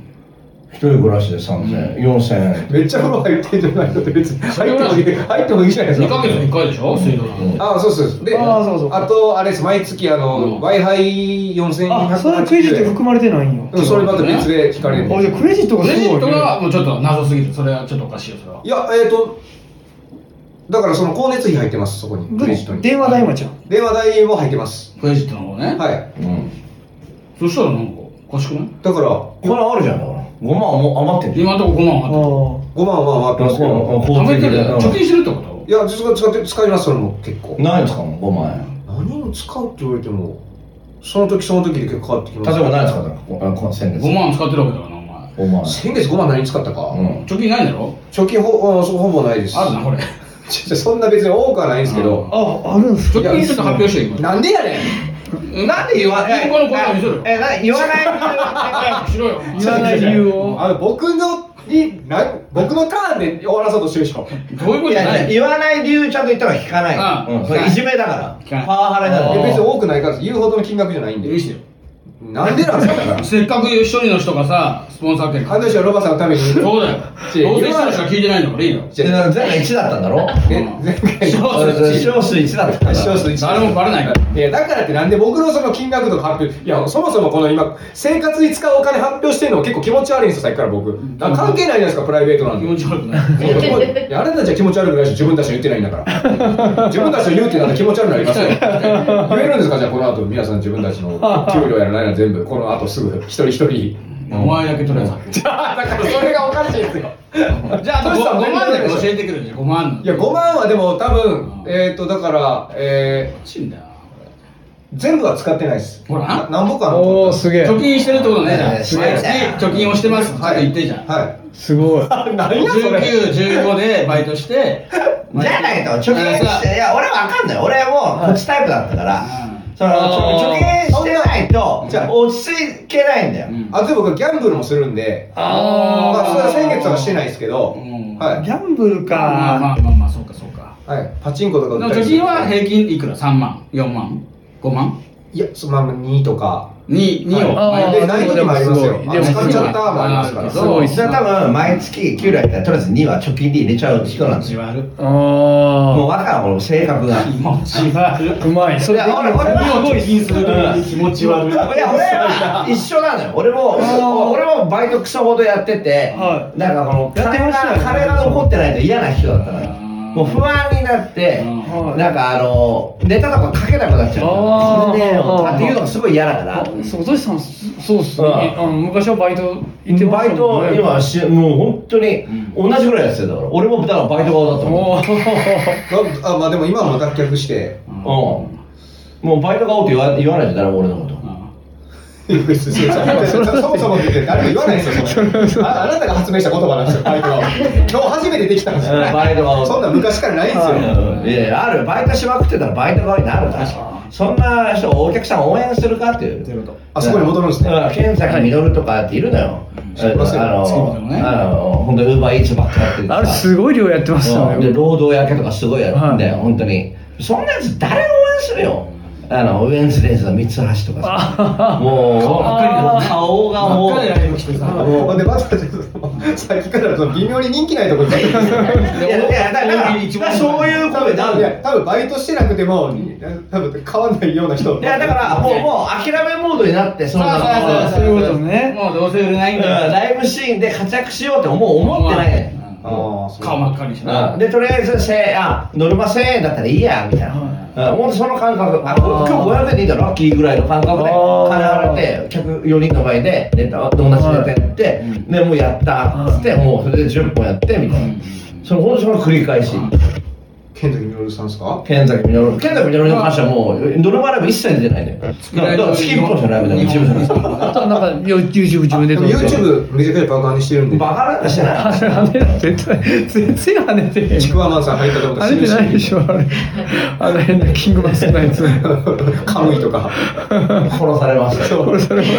Speaker 1: 一人暮らしで3000円4000円
Speaker 3: ー、めっちゃ風呂入ってんじゃないのって別に、入ってもいい、入ってもいいじゃないで
Speaker 2: 2
Speaker 3: す
Speaker 2: ヶ
Speaker 3: か。
Speaker 2: 月に1回でしょ水道なんて
Speaker 3: あそうそうそう。で、
Speaker 4: あーそうそう
Speaker 3: あと、あれです、毎月、あ
Speaker 2: うん
Speaker 3: の、Wi-Fi4280 円。
Speaker 4: あそれはクレジット含まれてないんよ
Speaker 3: うん、それまた別で引かれるんで
Speaker 4: あじゃあクレジットが
Speaker 2: ク
Speaker 4: すご
Speaker 2: レ
Speaker 4: い
Speaker 2: ジ
Speaker 4: ね
Speaker 2: ットがもうちょっと謎すぎるそれはちょっとおかしいよそれはい
Speaker 3: や、えっ、と、だからその光熱費入ってます、そこに、クレジットに。
Speaker 4: 電話代もちゃん
Speaker 3: 電話代も入ってます。
Speaker 2: クレジットの方ね
Speaker 3: はい。
Speaker 1: うん
Speaker 2: そしたらなんかおかしくない
Speaker 3: だから、
Speaker 1: これあるじゃんだから5万も余ってんじゃん
Speaker 2: 今のとこ5万
Speaker 4: あ
Speaker 2: あっ
Speaker 4: ー
Speaker 3: 5万はまあ、ますけど。
Speaker 2: 貯めてるじゃん貯金してるってこと
Speaker 3: いや、実は使って、使います、それも結構。
Speaker 1: 何使うの5万円
Speaker 3: 何を使うって言われても、その時その時で結構変わってきます。
Speaker 1: 例えば何使ったのこあこ先月
Speaker 2: 5万使ってるわけだからなお前
Speaker 1: 5万
Speaker 3: 先月5万何使ったか。
Speaker 1: 円うん
Speaker 2: 貯金ないんだろ
Speaker 3: 貯金ほあそうほぼないです。
Speaker 2: あるなこれ
Speaker 3: ちょちょ そんな別に多くはないんですけど。
Speaker 4: ああるんす
Speaker 2: 貯
Speaker 4: か
Speaker 2: 金ちょっと発表してよ今
Speaker 3: なんでやねん
Speaker 2: なんで言わない銀行の口座見せろよ
Speaker 6: え、な、言わない
Speaker 2: 早くしろよ
Speaker 4: 言わない理由を
Speaker 3: あの僕のになん僕のターンで終わらそうとしてるでしょ
Speaker 2: どういうこと
Speaker 6: い
Speaker 2: じゃな
Speaker 6: や
Speaker 2: い
Speaker 6: 言わない理由ちゃんと言ったら聞かない。
Speaker 2: うん
Speaker 1: うん
Speaker 6: それいじめだから。
Speaker 2: 聞かない
Speaker 6: パワハラだ
Speaker 1: あ
Speaker 6: か
Speaker 1: ー
Speaker 6: ら。
Speaker 3: え別に多くないから言うほどの金額じゃないん
Speaker 2: いい
Speaker 3: で
Speaker 2: っすよ
Speaker 3: なんでなんですかだから
Speaker 2: せっかく一人の人がさスポンサー権
Speaker 3: 神田氏はロバさんのために
Speaker 2: そうだよどうせ一人しか聞いてないんだからいいよ
Speaker 1: でなんか前回1だったんだろ
Speaker 3: え前回の
Speaker 2: そうそう
Speaker 1: 視聴数1だったんだ
Speaker 3: 視聴数一
Speaker 2: 誰もバレないから
Speaker 3: いやだからってなんで僕のその金額とか発表いやそもそもこの今生活に使うお金発表してるの結構気持ち悪いんですよさっきから僕だから関係ないじゃないですかプライベートなん
Speaker 2: 気
Speaker 3: で
Speaker 2: 持ち悪く ない
Speaker 3: いやあなたじゃ気持ち悪くないし自分たちは言ってないんだ から自分たちは言うってなったら気持ち悪くなり ますよ言えるんですかじゃあこの後皆さん自分たち の給料やらないの全部この後すぐ一人一 人
Speaker 2: お前だけ取りあえず
Speaker 3: だからそれがおかしいですよ
Speaker 2: じゃあ
Speaker 3: トシさん
Speaker 2: 5万だけ教えてくれるね5万の
Speaker 3: いや5万はでも多分えっ、ー、とだから、え
Speaker 2: 欲しいんだよな
Speaker 3: ー、全部は使ってないです
Speaker 2: ほら
Speaker 3: な何本かある
Speaker 4: おおすげえ
Speaker 2: 貯金してるってことねじゃあ毎月
Speaker 1: すげえ
Speaker 2: 貯金をしてますちょっと言ってじゃん
Speaker 3: はい
Speaker 4: す ごい
Speaker 3: 何やそれ
Speaker 2: 1915でバイトして
Speaker 1: じゃないと貯金していや俺わかんない俺もこっちタイプだったから
Speaker 2: うん
Speaker 1: その貯貯金してないと
Speaker 3: じゃあ
Speaker 1: 落ち着けないんだよ
Speaker 2: うん
Speaker 3: あと僕ギャンブルもするんで
Speaker 4: あ
Speaker 3: まあそれは先月はしてないですけど、
Speaker 2: うん
Speaker 3: は
Speaker 4: ーギ
Speaker 3: い、
Speaker 4: ャンブル
Speaker 2: まあま
Speaker 4: か
Speaker 2: あまあまあそうかそうか
Speaker 3: はい、パチンコとか
Speaker 2: で
Speaker 3: 売
Speaker 2: も
Speaker 3: ったり
Speaker 2: 貯
Speaker 3: する
Speaker 2: 金は平均いくら3万4万5万
Speaker 3: いやそのまま2とか
Speaker 2: 2二を
Speaker 4: あー
Speaker 2: 毎
Speaker 3: で
Speaker 2: 月
Speaker 3: ない時もありますよ
Speaker 4: でも
Speaker 3: あ
Speaker 4: すごい
Speaker 3: 使っちゃったもありますから
Speaker 2: すごいっす
Speaker 1: それは多分毎月給料やったらとりあえず2は貯金に入れちゃう人なんです
Speaker 2: じ
Speaker 1: よ
Speaker 2: わる
Speaker 1: もう
Speaker 4: あ
Speaker 1: わからん俺も性格が
Speaker 2: 気持ち悪い
Speaker 4: あうまいそ
Speaker 1: い
Speaker 4: れ
Speaker 1: や俺俺は
Speaker 2: 貯金する気持ち悪い
Speaker 1: いや俺は一緒なのよ俺も俺もバイトクソほどやってて、
Speaker 4: は
Speaker 1: なんかこの
Speaker 4: やって
Speaker 1: 金
Speaker 4: ましたよ
Speaker 1: が
Speaker 4: ね
Speaker 1: 金が残ってないと嫌な人だったから
Speaker 2: うん
Speaker 1: もう不安になって、
Speaker 2: うん
Speaker 4: はい
Speaker 1: なんかあのネタとか書けなくなっちゃ
Speaker 4: あ
Speaker 1: うそ
Speaker 4: ー
Speaker 1: れで
Speaker 4: うん
Speaker 1: っていうのがすごい嫌だから
Speaker 4: そうトシさんそうっす
Speaker 1: うん
Speaker 4: ねあの昔はバイト行ってま
Speaker 1: バ
Speaker 4: した
Speaker 1: イ
Speaker 4: もん
Speaker 1: ト
Speaker 4: ね
Speaker 1: 今しもう本当に同じぐらいやってたから俺もだからバイト側だったもん
Speaker 4: おお
Speaker 3: あまあでも今はもう脱却して
Speaker 1: うんもうバイト側って言わ言わないじゃん誰も俺のこと
Speaker 3: そもそもって誰も言わないですよそれああなたが発明した言葉なんですよバイト は今日初めてできたんですよ
Speaker 1: うんバイトは
Speaker 3: そんな昔からないんですよ
Speaker 1: いやいやあるバイトしまくってたらバイト側になるからそんな人をお客さん応援するかっていう
Speaker 2: ゼロと
Speaker 3: あそこに戻るんですね
Speaker 1: うん検査に実るとかっているのよ、
Speaker 3: 知ってますよ
Speaker 1: あの
Speaker 2: 月見てもね
Speaker 1: あの本当ウーバーイーツばっかやっててさ
Speaker 4: あれすごい量やってましたよ
Speaker 1: うんで
Speaker 4: ね
Speaker 1: 労働焼けとかすごいやるんだよ、
Speaker 4: はい
Speaker 1: 本当にそんなやつ誰が応援するよあのウエンズレイズの三橋とかさもう
Speaker 2: 顔ばっかりだよね
Speaker 1: 顔がもう
Speaker 2: 真っ赤でライブ来てさ
Speaker 1: も
Speaker 3: ほ
Speaker 1: うん
Speaker 3: でまたちょっとさっきからその微妙に人気ない ところで
Speaker 1: いやいやだからだから
Speaker 2: 大喜利一番
Speaker 1: そういうことになる
Speaker 3: い
Speaker 1: んだよ
Speaker 3: や多分バイトしてなくても多分変わんないような人
Speaker 1: いやだからもうもう諦めモードになってそんなの
Speaker 4: そ
Speaker 2: そう
Speaker 4: ういうことね
Speaker 2: もうどうせ売れない
Speaker 1: うん
Speaker 2: んだよ
Speaker 1: ライブシーンで活躍しようってもう思ってないね
Speaker 3: ああそう
Speaker 2: 顔真っ赤にしてな
Speaker 1: うんでとりあえずせあノルマ1000円だったらいいやみたいな、
Speaker 4: は
Speaker 1: うんほんとその感覚あ今日500円でいいんだラッキーぐらいの感覚で
Speaker 4: あー
Speaker 1: 金払って客4人とかいてネタ同じネタやって、でもうやったっつってもうそれで10本やってみたいな、そのほんとその繰り返し、
Speaker 3: 健太稔さんですか
Speaker 1: 剣崎みのる剣崎みのるに関してはもうドルマライブ一切出てないねだからだから月1本しかライブだから一部じゃない
Speaker 4: あとはなんか YouTube 自分で撮
Speaker 3: でも
Speaker 4: って
Speaker 3: YouTube めちゃくちゃ爆上げしてるんで
Speaker 1: バカなんかしてない
Speaker 4: 跳ねない絶対全然跳ねてへん
Speaker 3: ちくわマンさん入ったと思った
Speaker 4: 跳ねてないでしょあれあの変なキングマスターのやつ
Speaker 3: カムイとか
Speaker 1: 殺されましたよ
Speaker 4: 殺されまし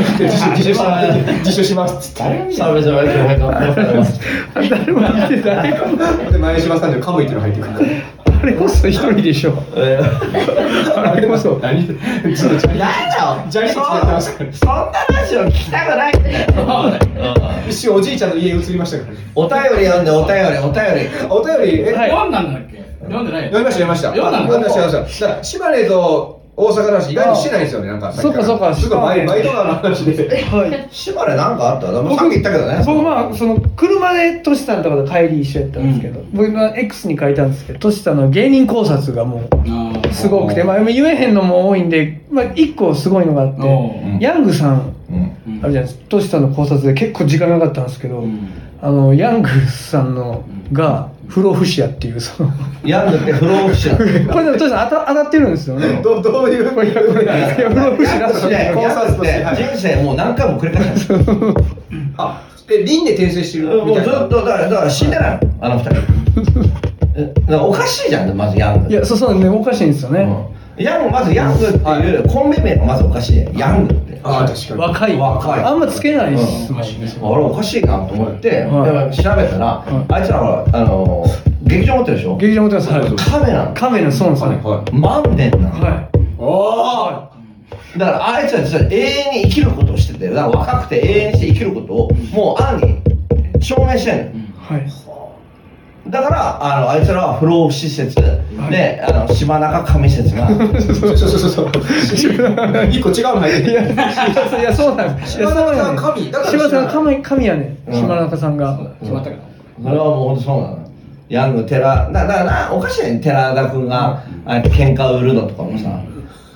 Speaker 3: 自首自首します自首しますっつって
Speaker 1: サメじゃないけど殺されました
Speaker 4: た誰も見てない
Speaker 3: で前島さんにはカムイっていうの入ってくる
Speaker 4: あれこそ一人でしょ
Speaker 1: え
Speaker 4: あれこそ
Speaker 3: 何ちょっとジャニージャニーズやってますから
Speaker 1: ーそんな話を聞きたくないんだようん
Speaker 3: 一瞬おじいちゃんの家移りましたからね
Speaker 1: お便り読んでお便りお便り
Speaker 3: お便りえ
Speaker 4: はい
Speaker 2: 読んだんだっけ読んでない
Speaker 3: 読みました読みました
Speaker 2: 読んだ
Speaker 3: 読みました読みましただから島根と大阪の話意外としてないんですよねなんかさっきら
Speaker 4: そうかそうか
Speaker 3: すごいバイバイとかの話で
Speaker 4: はい
Speaker 1: 島根なんかあったでもさっき言ったけどね
Speaker 4: 僕まあその車でトシさんとかと帰り一緒やったんですけど、僕が X に書いたんですけどトシさんの芸人考察がも
Speaker 2: あー
Speaker 4: うすごくて、まあ、言えへんのも多いんで、まあ、一個すごいのがあって
Speaker 2: おー
Speaker 4: ヤングさん
Speaker 1: うん
Speaker 2: う
Speaker 4: あるじゃないですかトシさんの考察で結構時間かかったんですけど、
Speaker 2: うん
Speaker 4: あのヤングさんのが不老不死やっていうそのこ
Speaker 1: ヤングって不老不死だ
Speaker 4: れでもトシさん当た当たってるんですよね
Speaker 3: どどういう
Speaker 4: これこれいや不老不死だと
Speaker 1: ヤングって人生もう何回も繰り返してる
Speaker 3: あで輪廻転生してる
Speaker 1: も
Speaker 3: み
Speaker 1: う
Speaker 3: たい
Speaker 1: ずっ
Speaker 3: な
Speaker 1: とだからだから死んでないあの二人えだからおかしいじゃんまずヤング
Speaker 4: いやそうそうねおかしいんですよね、
Speaker 1: うんヤングまずヤングっていうコンビ名がまずおかしいねヤングって
Speaker 3: ああ確かに
Speaker 4: 若い
Speaker 1: 若い
Speaker 4: あんまつけないです
Speaker 1: う
Speaker 4: もんね、
Speaker 1: 俺おかしいなと思ってで調
Speaker 4: はい
Speaker 1: べたらあいつらほらあの劇場持ってるでしょ
Speaker 4: 劇場持ってますはい
Speaker 1: カメラ
Speaker 4: カメのそうなんですよね
Speaker 3: は
Speaker 1: 万年なのだ
Speaker 4: は
Speaker 1: からあいつは実は永遠に生きることをしててだから若くて永遠にして生きることをもう暗に証明してんの
Speaker 4: いはい
Speaker 1: だからあのあいつらは不老不死説であの島中神説が
Speaker 3: いそうそうそうそう一個違うの入って
Speaker 4: い
Speaker 3: る
Speaker 4: やいやそうなんですいや
Speaker 3: 島
Speaker 4: そう
Speaker 3: 中さ
Speaker 4: なん
Speaker 3: ん
Speaker 4: です
Speaker 3: 神だから
Speaker 4: 島中さん神神やね
Speaker 1: うん
Speaker 4: 島中さんが
Speaker 2: 決まったから
Speaker 1: それはもう本当そうなのヤング寺だだからなおかしいね寺田君があえて喧嘩を売るのとかもさ、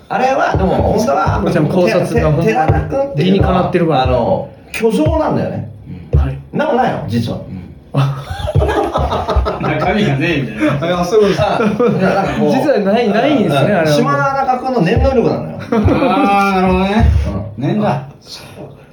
Speaker 1: あれはでも本当は
Speaker 4: もちろん考察がほんま
Speaker 1: て
Speaker 4: に
Speaker 1: 寺田君っていう
Speaker 4: 理に
Speaker 1: の
Speaker 4: かな
Speaker 1: は
Speaker 4: ってるから
Speaker 1: あの虚像なんだよね
Speaker 4: はい
Speaker 1: なんもないの実は、
Speaker 2: 中身がねみたいな
Speaker 3: あそうです
Speaker 1: あなんかこう
Speaker 4: 実はないないんですね
Speaker 1: う
Speaker 4: あれは
Speaker 1: 島中君の念能力なのよ、
Speaker 2: ああなるほどね年だ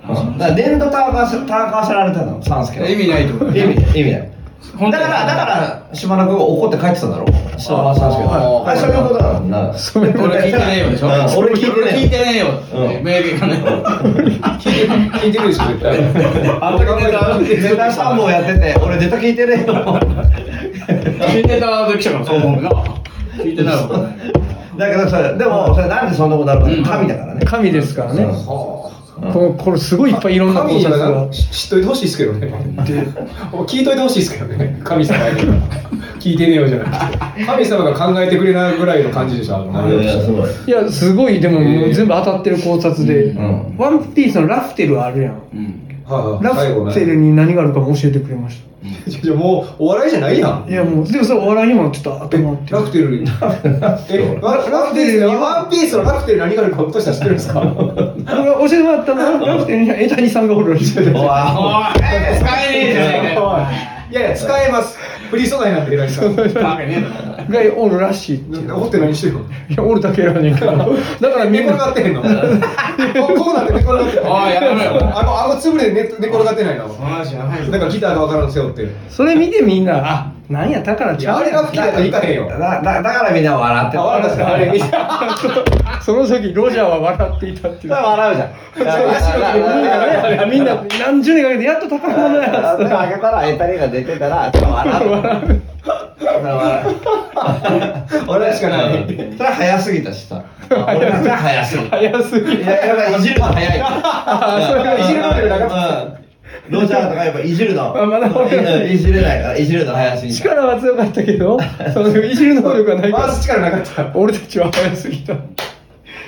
Speaker 1: うんだから念度たわかせたわかせられたのサンスケは
Speaker 2: 意味ないってこと
Speaker 1: 意味ない意味ない
Speaker 2: 本当
Speaker 1: だ
Speaker 2: に
Speaker 1: から、だから、島田君が怒って帰ってたんだろう。スタバさんですけど。はい、そういうことだもんな。
Speaker 4: そういうこと
Speaker 2: 俺聞いてねえよでしょ
Speaker 1: うん俺聞いてねえよ
Speaker 2: 俺聞いてねえよ
Speaker 1: うん
Speaker 2: 名言がね
Speaker 3: 聞いてるでしょ絶対
Speaker 1: あんたがネタ、ネタ三本やってて、俺ネタ聞いてねえよ。
Speaker 2: 聞いてた読者がそう思うな聞いてないわ
Speaker 1: だけどさ、でも、それなんでそんなことある
Speaker 2: うん
Speaker 1: か、神だからね。
Speaker 4: 神ですからね
Speaker 1: うん
Speaker 4: このこれすごいいっぱいいろんな考
Speaker 3: 神
Speaker 4: 察
Speaker 3: は
Speaker 4: が
Speaker 3: な知っといてほしいですけどね聞いといてほしいですけどね神様やけど聞いてねえよじゃなくて神様が考えてくれないぐらいの感じでした
Speaker 1: いや、すごい。
Speaker 4: いやすごいでももう全部当たってる考察で
Speaker 1: ん
Speaker 4: ワンピースのラフテルあるやん
Speaker 2: うん
Speaker 4: ラフテルに何があるかも教えてくれまし
Speaker 3: じゃもうお笑いじゃないやん
Speaker 4: たいやもうでもそれお笑いにもちょっと
Speaker 3: え
Speaker 4: 頭打って
Speaker 3: ラフテルえラフテルワンピースのラフテル何があるかとしたら知ってるんですか
Speaker 4: 僕が教えてもらったのはラフテルには江谷さんがおるらしい
Speaker 1: おわ
Speaker 2: おい使えねえじゃねえかよ
Speaker 3: いやいや使えますフリー素材なんて偉いさ
Speaker 2: わけねえだろ
Speaker 4: がおるらしいっていう
Speaker 3: 怒って何してるの
Speaker 4: いやおるだけやねんけどだからみ
Speaker 3: 寝
Speaker 4: ん
Speaker 3: 転
Speaker 4: な
Speaker 3: がってへんのこうなって寝転がってんの
Speaker 2: おいやめろよ
Speaker 3: あの顎つぶれで寝寝転がってないな
Speaker 2: その話やばい
Speaker 3: なんかギターがわからん背負って
Speaker 4: それ見てみんなあなんやだから
Speaker 3: い
Speaker 4: ち
Speaker 3: や
Speaker 4: ゃ
Speaker 3: あ
Speaker 4: う
Speaker 3: れ
Speaker 4: や
Speaker 3: ラ
Speaker 4: ん
Speaker 3: フテルといかへんよ
Speaker 1: だだだからみんな笑って
Speaker 3: あわからんすかあれ見た
Speaker 4: その時ロジャーは笑っていたっていう
Speaker 1: 笑うじゃん。
Speaker 3: そう足の
Speaker 4: みんなねみんな何十年かけてやっと高くなるや
Speaker 1: 手を開けたら、エタリが出てたら、ちょっと 笑う。笑う。
Speaker 3: 俺しかない
Speaker 1: それ早すぎたしさ。俺たちは早すぎた。
Speaker 4: 早すぎ
Speaker 1: いややっぱいじるの早いから。
Speaker 3: それがいじる能力なか
Speaker 1: うんロジャーとかやっぱいじるの。
Speaker 4: あまだ分かんない
Speaker 1: うんいじれないから、いじるの早すぎて。
Speaker 4: 力は強かったけどそのいじる能力がないか
Speaker 3: 回
Speaker 4: ら
Speaker 3: す力なかった
Speaker 4: 俺たちは早すぎた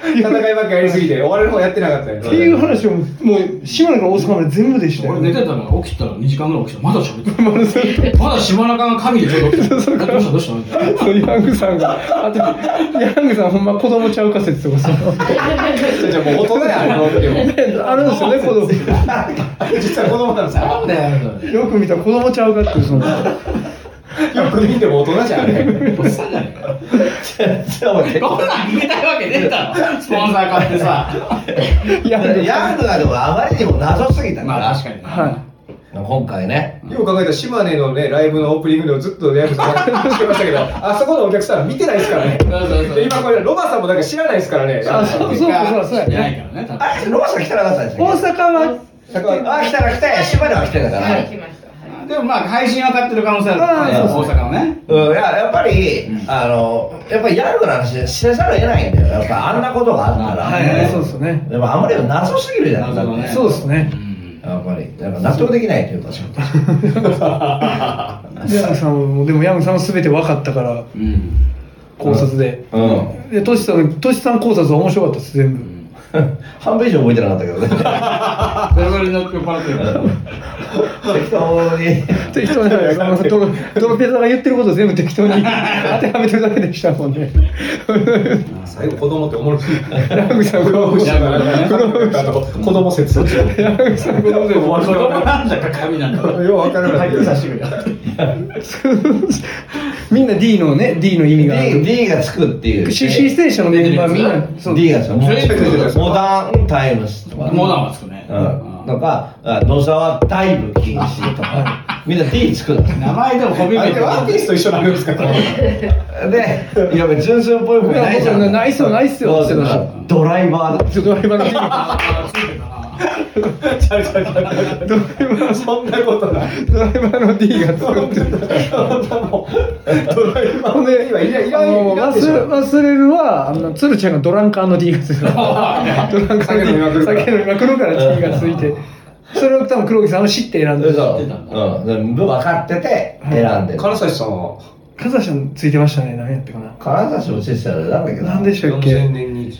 Speaker 3: 戦いばっかやりすぎて、俺の方やってなかったよ。
Speaker 4: っていう話をもう島根から大阪まで全部でしたよ
Speaker 2: 俺寝てたら起きたら2時間ぐらい起きたらまだ喋ってる
Speaker 4: まだそう
Speaker 2: まだ島中の神でちょっと起きてるどうしたどうしたみたいな
Speaker 4: そうヤングさんがあとヤングさんほんま子供ちゃうか説とかその
Speaker 3: じゃあもう大人や、あれのっても。
Speaker 4: あるんです よね子供
Speaker 3: 実は子供なんですよ。
Speaker 2: なんだよみ
Speaker 4: よく見たら子供ちゃうかっていうその
Speaker 3: よく見ても大人じゃん、あれ。
Speaker 2: たいなおっさんじゃねえかこんなん言えないわけねえだろスポンサー買ってさ
Speaker 4: ヤング
Speaker 1: ヤングだけどあまりにも謎すぎたから、
Speaker 2: まあ確かに
Speaker 4: は
Speaker 1: 今回ね
Speaker 3: よく考えたら島根のね、ライブのオープニングでもずっとヤングさんしてましたけど、あそこのお客さん見てないですからね。
Speaker 2: そうそうそう
Speaker 3: で今これ、ロバさんもなんか知らないですからね。
Speaker 4: あそうそうかそうかそうや
Speaker 2: いな
Speaker 4: ね
Speaker 2: いからね多分
Speaker 1: あロバさん来たなかったんです
Speaker 4: 大
Speaker 1: よ
Speaker 4: 阪は
Speaker 1: あ来たら来たや島根は来てたから、
Speaker 5: はい、来ました。はい
Speaker 2: でもまあ配信は買ってる可能性あるからね
Speaker 1: あーそう
Speaker 2: 大阪はね
Speaker 1: うん、いややっぱり、あのやっぱりヤングの話しせざるを得ないんだよやっぱあんなことがあったら、
Speaker 4: はいはいそうですね
Speaker 1: でもあんまり謎すぎるじゃない
Speaker 2: 謎だね
Speaker 4: そうですね
Speaker 2: うん
Speaker 1: やっぱりなんか納得できないというかちょっと
Speaker 4: ヤングさんもでもヤングさんは全て分かったから
Speaker 2: うん
Speaker 4: 考察で
Speaker 1: うん
Speaker 4: でトシさんトシさん考察は面白かったです全部
Speaker 1: 半分以上覚えてなかったけどね
Speaker 2: それぞれの酔っ払ってるから
Speaker 1: 適当に
Speaker 4: 適当にそのドドロペザが言ってること全部適当に当てはめてるだけでしたもんね
Speaker 3: 最後、子供っておもろい。
Speaker 4: ラグさんが
Speaker 3: 子供説。よ
Speaker 4: ラグさん子供でも
Speaker 2: 子供なんだか神なんだか
Speaker 3: う分からない。
Speaker 4: みんな D のね D の意味があ
Speaker 1: D,
Speaker 4: る
Speaker 1: D がつくっていう
Speaker 4: CC ステーションのメンバーみんなそう
Speaker 1: D がつくモ
Speaker 2: 全部つく
Speaker 1: モダンタイムスとか
Speaker 2: モダンはつくね
Speaker 1: うんとかあ野沢ダイブ禁止とかみんな D つくんだ
Speaker 2: 名前でもコピ
Speaker 3: あ
Speaker 2: ペ
Speaker 3: れワンピースと一緒になるんですか
Speaker 1: で、いや、純粋っぽいもんないじゃん。
Speaker 4: ないっすよないっすよ
Speaker 1: そうそうそうドライバーだ。
Speaker 4: ちょっとドライバーの D がドライバー
Speaker 3: そんなことない。
Speaker 4: ドライバーの D が作ってる
Speaker 3: ドライバー
Speaker 4: ほんで
Speaker 3: いらい
Speaker 4: あ
Speaker 3: ら
Speaker 4: の
Speaker 3: いらんでし
Speaker 4: 忘
Speaker 3: ょ。
Speaker 4: 忘れるはあの鶴ちゃんがドランカーの D がついてるドランカーの D
Speaker 3: 酒飲みまくるから
Speaker 4: 酒飲みまくるから D がついてそれを多分黒木さんは知って選んでる
Speaker 1: そう。うん。分かってて、選んでる。
Speaker 3: 金指さんは
Speaker 4: 笠さんついてましたね何やったかな
Speaker 1: 金指落ちてたらなんだっけな。
Speaker 4: 何でしたっ
Speaker 3: 4000
Speaker 4: け
Speaker 3: 年に。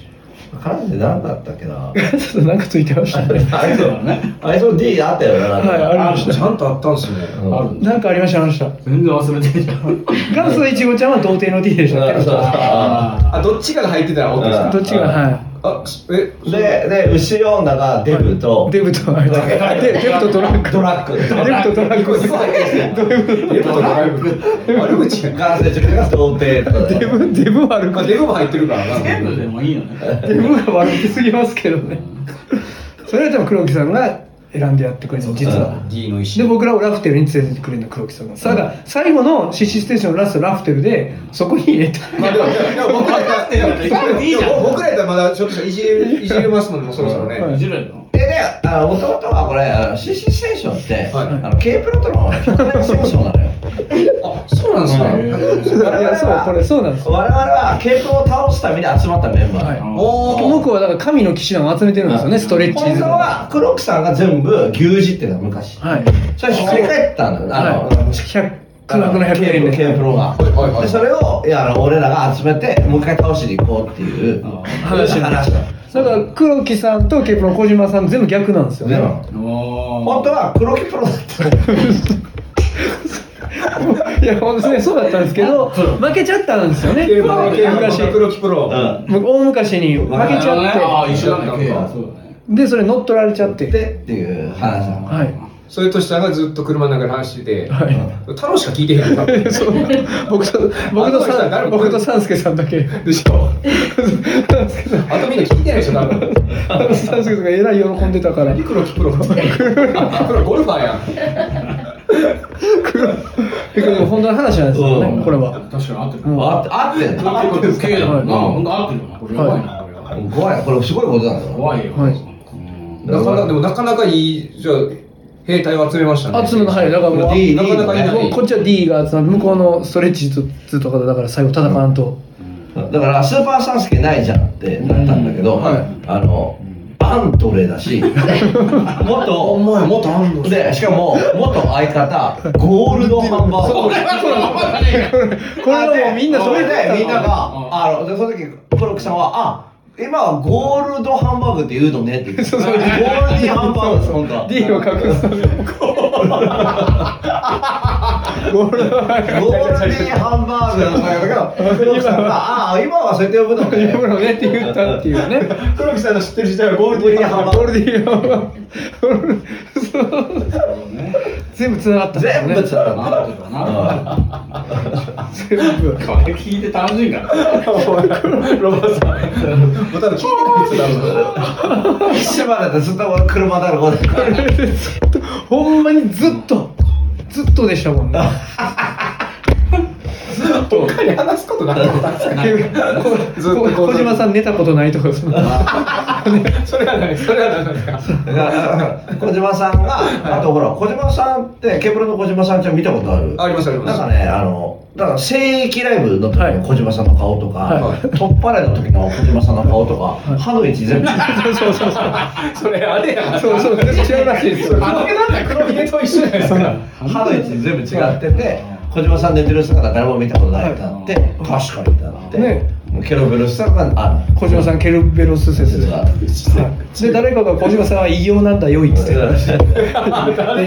Speaker 1: 金指何だったっけな。
Speaker 4: 笠さんなんかついてましたね
Speaker 1: あれそうね。あれそう D あったよな。なんか
Speaker 4: はいありまし
Speaker 3: ちゃんとあったんですね。
Speaker 1: うん
Speaker 2: あるんだ
Speaker 4: なんかありましたありました
Speaker 2: 全然忘れてるじゃん
Speaker 4: 元祖いちごちゃんは童貞の D でした
Speaker 1: そうそう
Speaker 4: っ
Speaker 1: あ
Speaker 3: あ、どっちかが入ってたら OK です
Speaker 1: ー
Speaker 3: か
Speaker 4: けどっちがは
Speaker 3: あ、え、
Speaker 1: ーで、で、牛女がデブと
Speaker 4: い、デブとあれだでデブとドランカー
Speaker 1: ドラッグ。
Speaker 4: デブとドランカーどういう
Speaker 3: デブとドライブ。悪口やん
Speaker 1: 金指落ちが童貞とか
Speaker 4: デ
Speaker 1: ね。
Speaker 4: ブデブ悪
Speaker 3: まあ、
Speaker 4: く
Speaker 3: デブも入ってるからな。
Speaker 2: 全部でもいいよね
Speaker 4: デブが悪くすぎますけどねそれはでも黒木さんが選んでやってくれるの実は
Speaker 3: D の
Speaker 4: で
Speaker 3: 石。
Speaker 4: 僕らをラフテルに連れてってくれるの黒木さんがただ最後の「シシステーション」のラストラフテルでそこに入れ た
Speaker 3: まあ、でも、でも僕らやったら、
Speaker 2: いいじゃん
Speaker 3: 僕らやったらまだちょっといじれ、いじれますもんね、もうそろそろね。
Speaker 2: いじるの
Speaker 1: でね、あの、もともとはこれ、あの CC ステーションって、
Speaker 3: はい
Speaker 1: あの、K プロとの共鳴ステーションなのよ。
Speaker 3: あ、そうなんですね。
Speaker 4: いやそうこれそうなんです
Speaker 1: 我々は系統を倒すために集まったメンバー、
Speaker 4: はい
Speaker 3: お
Speaker 4: この子はだから神の騎士団を集めてるんですよねストレッチー
Speaker 1: 本
Speaker 4: ズ
Speaker 1: 当
Speaker 4: のは
Speaker 1: は黒木さんが全部牛耳ってたの昔
Speaker 4: い
Speaker 1: それひっくり返ったんだよあの、
Speaker 4: はい100空白の100円で
Speaker 1: K プロが、
Speaker 3: いはいはい
Speaker 1: でそれをいやあの俺らが集めてもう一回倒しに行こうっていう
Speaker 2: あー
Speaker 1: 話話だ
Speaker 4: だから黒木さんとケープの小島さん全部逆なんですよ
Speaker 1: で
Speaker 4: ね
Speaker 1: も
Speaker 2: お
Speaker 1: 本当
Speaker 2: ー
Speaker 1: は黒木プロだったの
Speaker 4: いや本当ねそうだったんですけど負けちゃったんですよね
Speaker 3: ケーブルのケーブル
Speaker 4: 昔
Speaker 3: の黒木プロ。
Speaker 4: 僕大昔に負け
Speaker 2: なる
Speaker 4: ち
Speaker 2: ほどねあ
Speaker 4: ゃっ
Speaker 2: あ一緒なんだ
Speaker 3: そうだ
Speaker 2: そうだね
Speaker 4: てでそれ乗っ取られちゃって
Speaker 1: でっていう話だ
Speaker 4: はい
Speaker 3: それとしたがずっと車の中で話してて、
Speaker 4: はい
Speaker 3: 太郎しか聞いてへんかった。
Speaker 4: そう僕と僕と
Speaker 3: あの人は
Speaker 4: さ
Speaker 3: 誰
Speaker 4: ん
Speaker 3: も
Speaker 4: 僕と三助さんだけ
Speaker 3: でしょ。あとみんな聞いてないでしょ、多分。
Speaker 4: 三助さんがえらい喜んでたから
Speaker 3: 黒木プロ。黒ゴルファーやん。
Speaker 4: でも本当の話なんですよ
Speaker 1: う
Speaker 4: ね
Speaker 1: ん
Speaker 4: これは
Speaker 2: 確かに合ってる
Speaker 4: うん
Speaker 1: あ合ってんの
Speaker 2: 合ってる K だもんな
Speaker 1: はい
Speaker 2: 本当合ってるよなこれやばいなこれは
Speaker 1: 怖いこれすごいことなんだよ
Speaker 2: 怖いよ
Speaker 4: はい
Speaker 2: うん
Speaker 3: なかなか、でもなかなかいい、じゃあ、兵隊を集めましたね。
Speaker 4: 集めのはいだからもう
Speaker 1: D
Speaker 3: なかなかいない
Speaker 4: もうこっちは D が集まる向こうのストレッチ2とかでだから最後戦わんと、
Speaker 1: だからスーパーサンスケないじゃんってなったんだけど、あの、アントレだ し、元、お前元アンで、しかも、元相方、ゴールドハンバーガー。
Speaker 4: これはもうみんなそれ
Speaker 1: で
Speaker 4: で、
Speaker 1: みんなが、あの、で、その時、コロクさんは、あ、今はゴールドハンバーグって言うのねって言って
Speaker 4: そう
Speaker 1: ゴ
Speaker 4: そ
Speaker 1: ー
Speaker 4: う
Speaker 1: ルディハンバーグなん か
Speaker 4: D を隠すためにゴールドハンバーグ
Speaker 1: ゴールディハンバーグなんだけど黒木 さんがああ今はそうやって呼ぶのね
Speaker 4: 呼ぶのねって言ったっていうね
Speaker 1: 黒木さんの知ってる時代はゴールディハンバー
Speaker 4: ゴ
Speaker 1: グ
Speaker 4: ールディハンバーグそう全部つながったんですよ
Speaker 1: 全
Speaker 4: ね
Speaker 1: 部つなが
Speaker 2: なるほどな。
Speaker 4: 全部
Speaker 2: これ聞いて楽しいんだ。
Speaker 1: ロバさんもう多分聞いてない人だろうしばらくずっと俺車だろうで
Speaker 4: ほんまにずっとずっとでしたもんね
Speaker 3: 他に話すことなかったんですかずっとこう
Speaker 4: 小島さん寝たことないとかその
Speaker 3: それはないそれはないですか
Speaker 1: だから 小島さんが、あとほら、小島さんって、ケーブルの小島さんちゃん見たことある
Speaker 3: ありますあります
Speaker 1: なんかね、あの、だから聖域ライブの時の小島さんの顔とか、
Speaker 4: はい
Speaker 1: トッパレの時の小島さんの顔とか、歯の位置 全部違う。
Speaker 3: それあれや
Speaker 4: そうそう違うらしいですよ
Speaker 3: あれなんだ黒ひげと一緒じゃないですか
Speaker 1: 歯の位置全部違ってて、小島さん寝てる姿誰も見たことないってなって、確かにってなって、
Speaker 4: ね
Speaker 1: ケロベロスさんが、あの、
Speaker 4: 小島さんケルベロス説
Speaker 1: 説が。
Speaker 4: はいで誰かが小島さんは異様なんだよいっつってた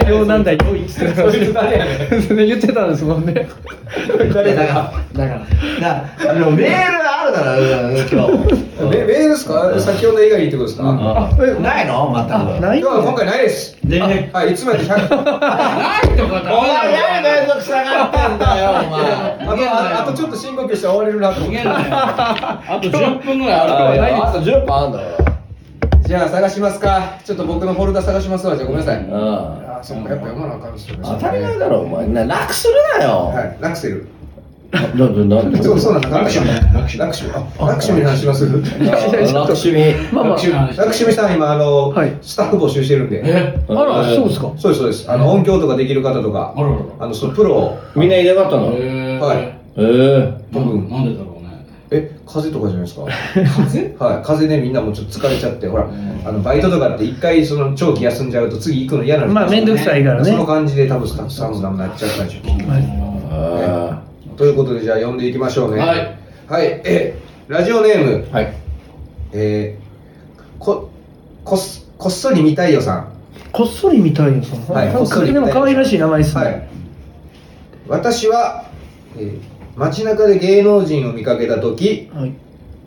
Speaker 4: 異様なんだよいっつってたそれ言ってたんですもんね
Speaker 1: 誰だか
Speaker 4: だから
Speaker 1: ら、だでもメールあるだろ、今日。
Speaker 3: メメールですか先ほど以外にってことですか、
Speaker 1: あえないの全
Speaker 4: あ
Speaker 1: く。
Speaker 4: ないん
Speaker 3: 今日は今
Speaker 4: だ
Speaker 3: 回ないです
Speaker 1: で
Speaker 3: はいいつもやって100
Speaker 2: ないってことは
Speaker 1: お前何
Speaker 2: ない
Speaker 1: めんどくさがってんだよ、お
Speaker 3: あ
Speaker 1: 前。
Speaker 3: とああとちょっと深呼吸して終われるなと思っ
Speaker 2: 逃
Speaker 3: て
Speaker 2: げるなよあと10分ぐらいある
Speaker 1: あと10分あんだよ。
Speaker 3: じゃあ探しますかちょっと僕のフォルダ探しますわじゃあごめんなさい、
Speaker 1: うん。
Speaker 3: あそっかやっぱ読まなあかんっすよね
Speaker 1: 当たり前だろ、お前。な楽するなよ。
Speaker 3: はいラクセル
Speaker 1: な、な、なんで
Speaker 3: そうそうなんだラクシミラクシミラクシミに話します
Speaker 1: 楽
Speaker 4: いやちょっと
Speaker 1: 趣味。
Speaker 4: まあまあ
Speaker 3: ラクシミさん今あの、
Speaker 4: はい
Speaker 3: スタッフ募集してるんで
Speaker 4: あらそうですか
Speaker 3: そうですそうですあの音響とかできる方とか
Speaker 2: あららら
Speaker 3: あのそのプロを
Speaker 1: みんないなかったのへ
Speaker 2: え
Speaker 3: はい
Speaker 1: え。
Speaker 2: 多分なんでだろうね
Speaker 3: え風邪とかじゃないですか 風はい風邪ねみんなもうちょっと疲れちゃってほらあのバイトとかって一回その長期休んじゃうと次行くの嫌な
Speaker 4: まあ面倒くさいからね
Speaker 3: その感じで多分スタッフさんもなっちゃったんでしょう
Speaker 1: あ
Speaker 3: ということでじゃあ呼んでいきましょうね
Speaker 2: はい、
Speaker 3: はい、えラジオネーム
Speaker 1: ーはい。
Speaker 3: えー、ここっそこっそり見たいよさ
Speaker 4: こっそり見たいよその、
Speaker 3: はい
Speaker 4: なんか
Speaker 3: こっそり
Speaker 4: で
Speaker 3: 見たい
Speaker 4: も可愛らしい名前で
Speaker 3: ん
Speaker 4: すね、
Speaker 3: はい私は、えー街中で芸能人を見かけた時
Speaker 4: はい、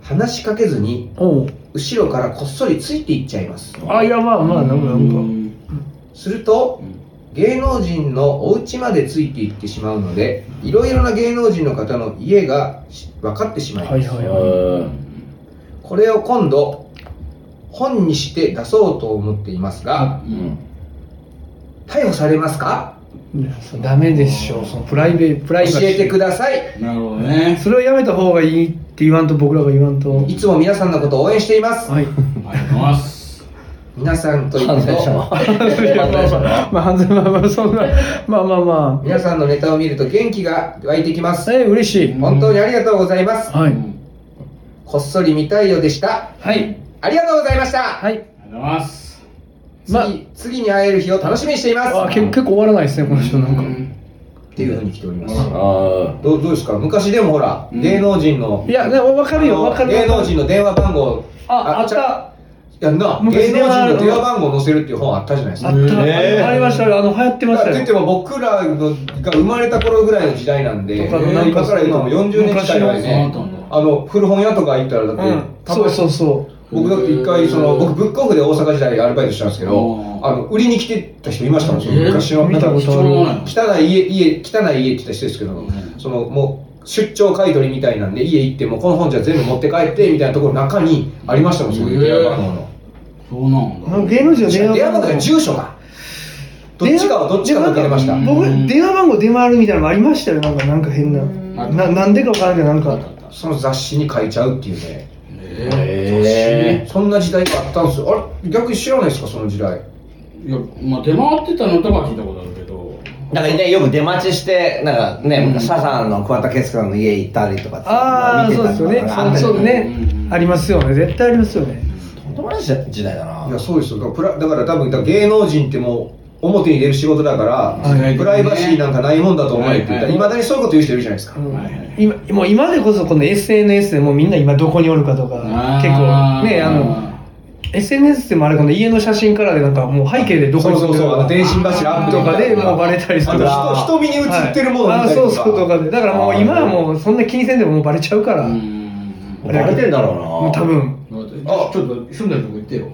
Speaker 3: 話しかけずに
Speaker 4: おう
Speaker 3: 後ろからこっそりついていっちゃいます
Speaker 4: あいやまあまあなんかなんか
Speaker 3: すると芸能人のお家までついていってしまうのでいろいろな芸能人の方の家がし分かってしまいます、
Speaker 4: はいはいはい
Speaker 1: うん
Speaker 3: これを今度本にして出そうと思っていますが逮捕されますか
Speaker 4: いやそれダメでしょそのプライベプラ
Speaker 3: 教
Speaker 4: イバシー
Speaker 3: えてください
Speaker 2: なるほどね
Speaker 4: それはやめた方がいいって言わんと僕らが言わんと
Speaker 3: いつも皆さんのことを応援していま す
Speaker 4: はい
Speaker 2: ありがとうございます
Speaker 3: 皆さんという
Speaker 1: 犯罪者
Speaker 3: と
Speaker 1: の。犯罪者の。
Speaker 4: まあ、まあまあ、そんな、まあまあま
Speaker 3: 皆さんのネタを見ると元気が湧いてきま
Speaker 4: あ、
Speaker 3: す
Speaker 4: え、嬉しい。
Speaker 3: 本当にありがとうございます
Speaker 4: はい。
Speaker 3: こっそり見たいよでした
Speaker 4: はい。
Speaker 3: ありがとうございました
Speaker 4: はい。
Speaker 2: ありがとうございます
Speaker 3: 次,、
Speaker 4: まあ
Speaker 3: 次に会える日を楽しみにしています
Speaker 4: あ、け、結構終わらないですね、この人なんか。
Speaker 3: っていうふうに来ております
Speaker 1: あ
Speaker 3: どうどうですか昔でもほら、
Speaker 2: うん
Speaker 3: 芸能人の
Speaker 4: いや、でも、わかるよ、わかる。
Speaker 3: 芸能人の電話番号
Speaker 4: ああった
Speaker 3: ちゃやんな
Speaker 4: 昔
Speaker 3: 芸
Speaker 4: 電
Speaker 3: 能
Speaker 4: 話
Speaker 3: 人の電話番号載せるっていう本あったじゃないです
Speaker 4: あ
Speaker 3: か
Speaker 4: った、
Speaker 1: えー
Speaker 4: ありましたよ、あの、流行ってま
Speaker 3: だ
Speaker 4: し
Speaker 3: か
Speaker 4: た
Speaker 3: ら
Speaker 4: よ
Speaker 3: 言って。も僕らのが生まれた頃ぐらいの時代なんで
Speaker 4: とかの
Speaker 3: 今から言うともう40年近い前ね
Speaker 2: 昔のそうなんだ
Speaker 3: あの古本屋とか行ったらだって、
Speaker 4: うん。
Speaker 3: た
Speaker 4: そうそうそ
Speaker 3: 僕だって一回その僕ブックオフで大阪時代アルバイトしたんですけど
Speaker 2: うん
Speaker 3: あの売りに来てた人いましたもんその
Speaker 2: えー
Speaker 3: 昔の
Speaker 4: 見たこと
Speaker 2: 貴重なの
Speaker 3: 汚い家家汚い家って言った人ですけど、
Speaker 2: ん
Speaker 3: そのもう出張買い取りみたいなんで家行ってもうこの本じゃ全部持って帰ってみたいなところの中にありましたもんそういう電話番号の、
Speaker 2: そうなん
Speaker 4: う。あの
Speaker 2: だ
Speaker 4: 芸能人の
Speaker 3: 電
Speaker 4: 電話番
Speaker 3: 話番号
Speaker 4: 号
Speaker 3: が。住所がどっちかはどっちかと出ました
Speaker 4: で
Speaker 2: う
Speaker 4: も
Speaker 2: ん
Speaker 4: なんか僕、電話番号出回るみたいなのありましたよ、なんか、なんか変な。な、なんでかわからんけど、なんか。
Speaker 3: その雑誌に書いちゃうっていうね
Speaker 1: ー
Speaker 2: え
Speaker 1: へ
Speaker 3: そんな時代があったんですよあれ逆に知らないですかその時代
Speaker 2: ーいやまあ出回ってたのとか聞いたことあるけど
Speaker 1: ーなんかね、よく出待ちして、なんかね、サザンの桑田佳祐さんの家行ったりとか
Speaker 4: ああ、そうですよね。そうそうね
Speaker 2: うんう。ん
Speaker 4: ありますよね。絶対ありますよね。
Speaker 1: とんでもない時代だない
Speaker 3: や。そうですよだからプラだから多分だから芸能人ってもう表に出る仕事だから、
Speaker 4: はいはい
Speaker 3: プライバシーなんかないもんだと思えって言った
Speaker 2: はい
Speaker 3: ら、
Speaker 2: はい
Speaker 3: いまだにそういうこと言う人いるじゃないですか。
Speaker 4: 今もう今でこそこの SNS でもうみんな今どこにおるかとか
Speaker 2: あー
Speaker 4: 結構ねあの SNS でもあれこの家の写真からでなんかもう背景でどこ
Speaker 3: そ
Speaker 4: に
Speaker 3: う
Speaker 4: 住
Speaker 3: そ
Speaker 4: んで
Speaker 3: う
Speaker 4: る
Speaker 3: そう、あの電信柱アップ
Speaker 4: と
Speaker 3: と
Speaker 4: か
Speaker 3: か
Speaker 4: で
Speaker 3: で、
Speaker 4: まあバレたりす
Speaker 3: あ
Speaker 4: る
Speaker 3: と
Speaker 4: か
Speaker 3: 人瞳に映ってるもの
Speaker 4: はい
Speaker 3: み
Speaker 4: あ
Speaker 3: たいな
Speaker 4: そうそうとかでだからもう今はもうそんな気にせんでももうバレちゃうから、
Speaker 2: うん
Speaker 1: バレてんだろうな
Speaker 4: もう多分
Speaker 2: あちょっと住んでるとこ行ってよ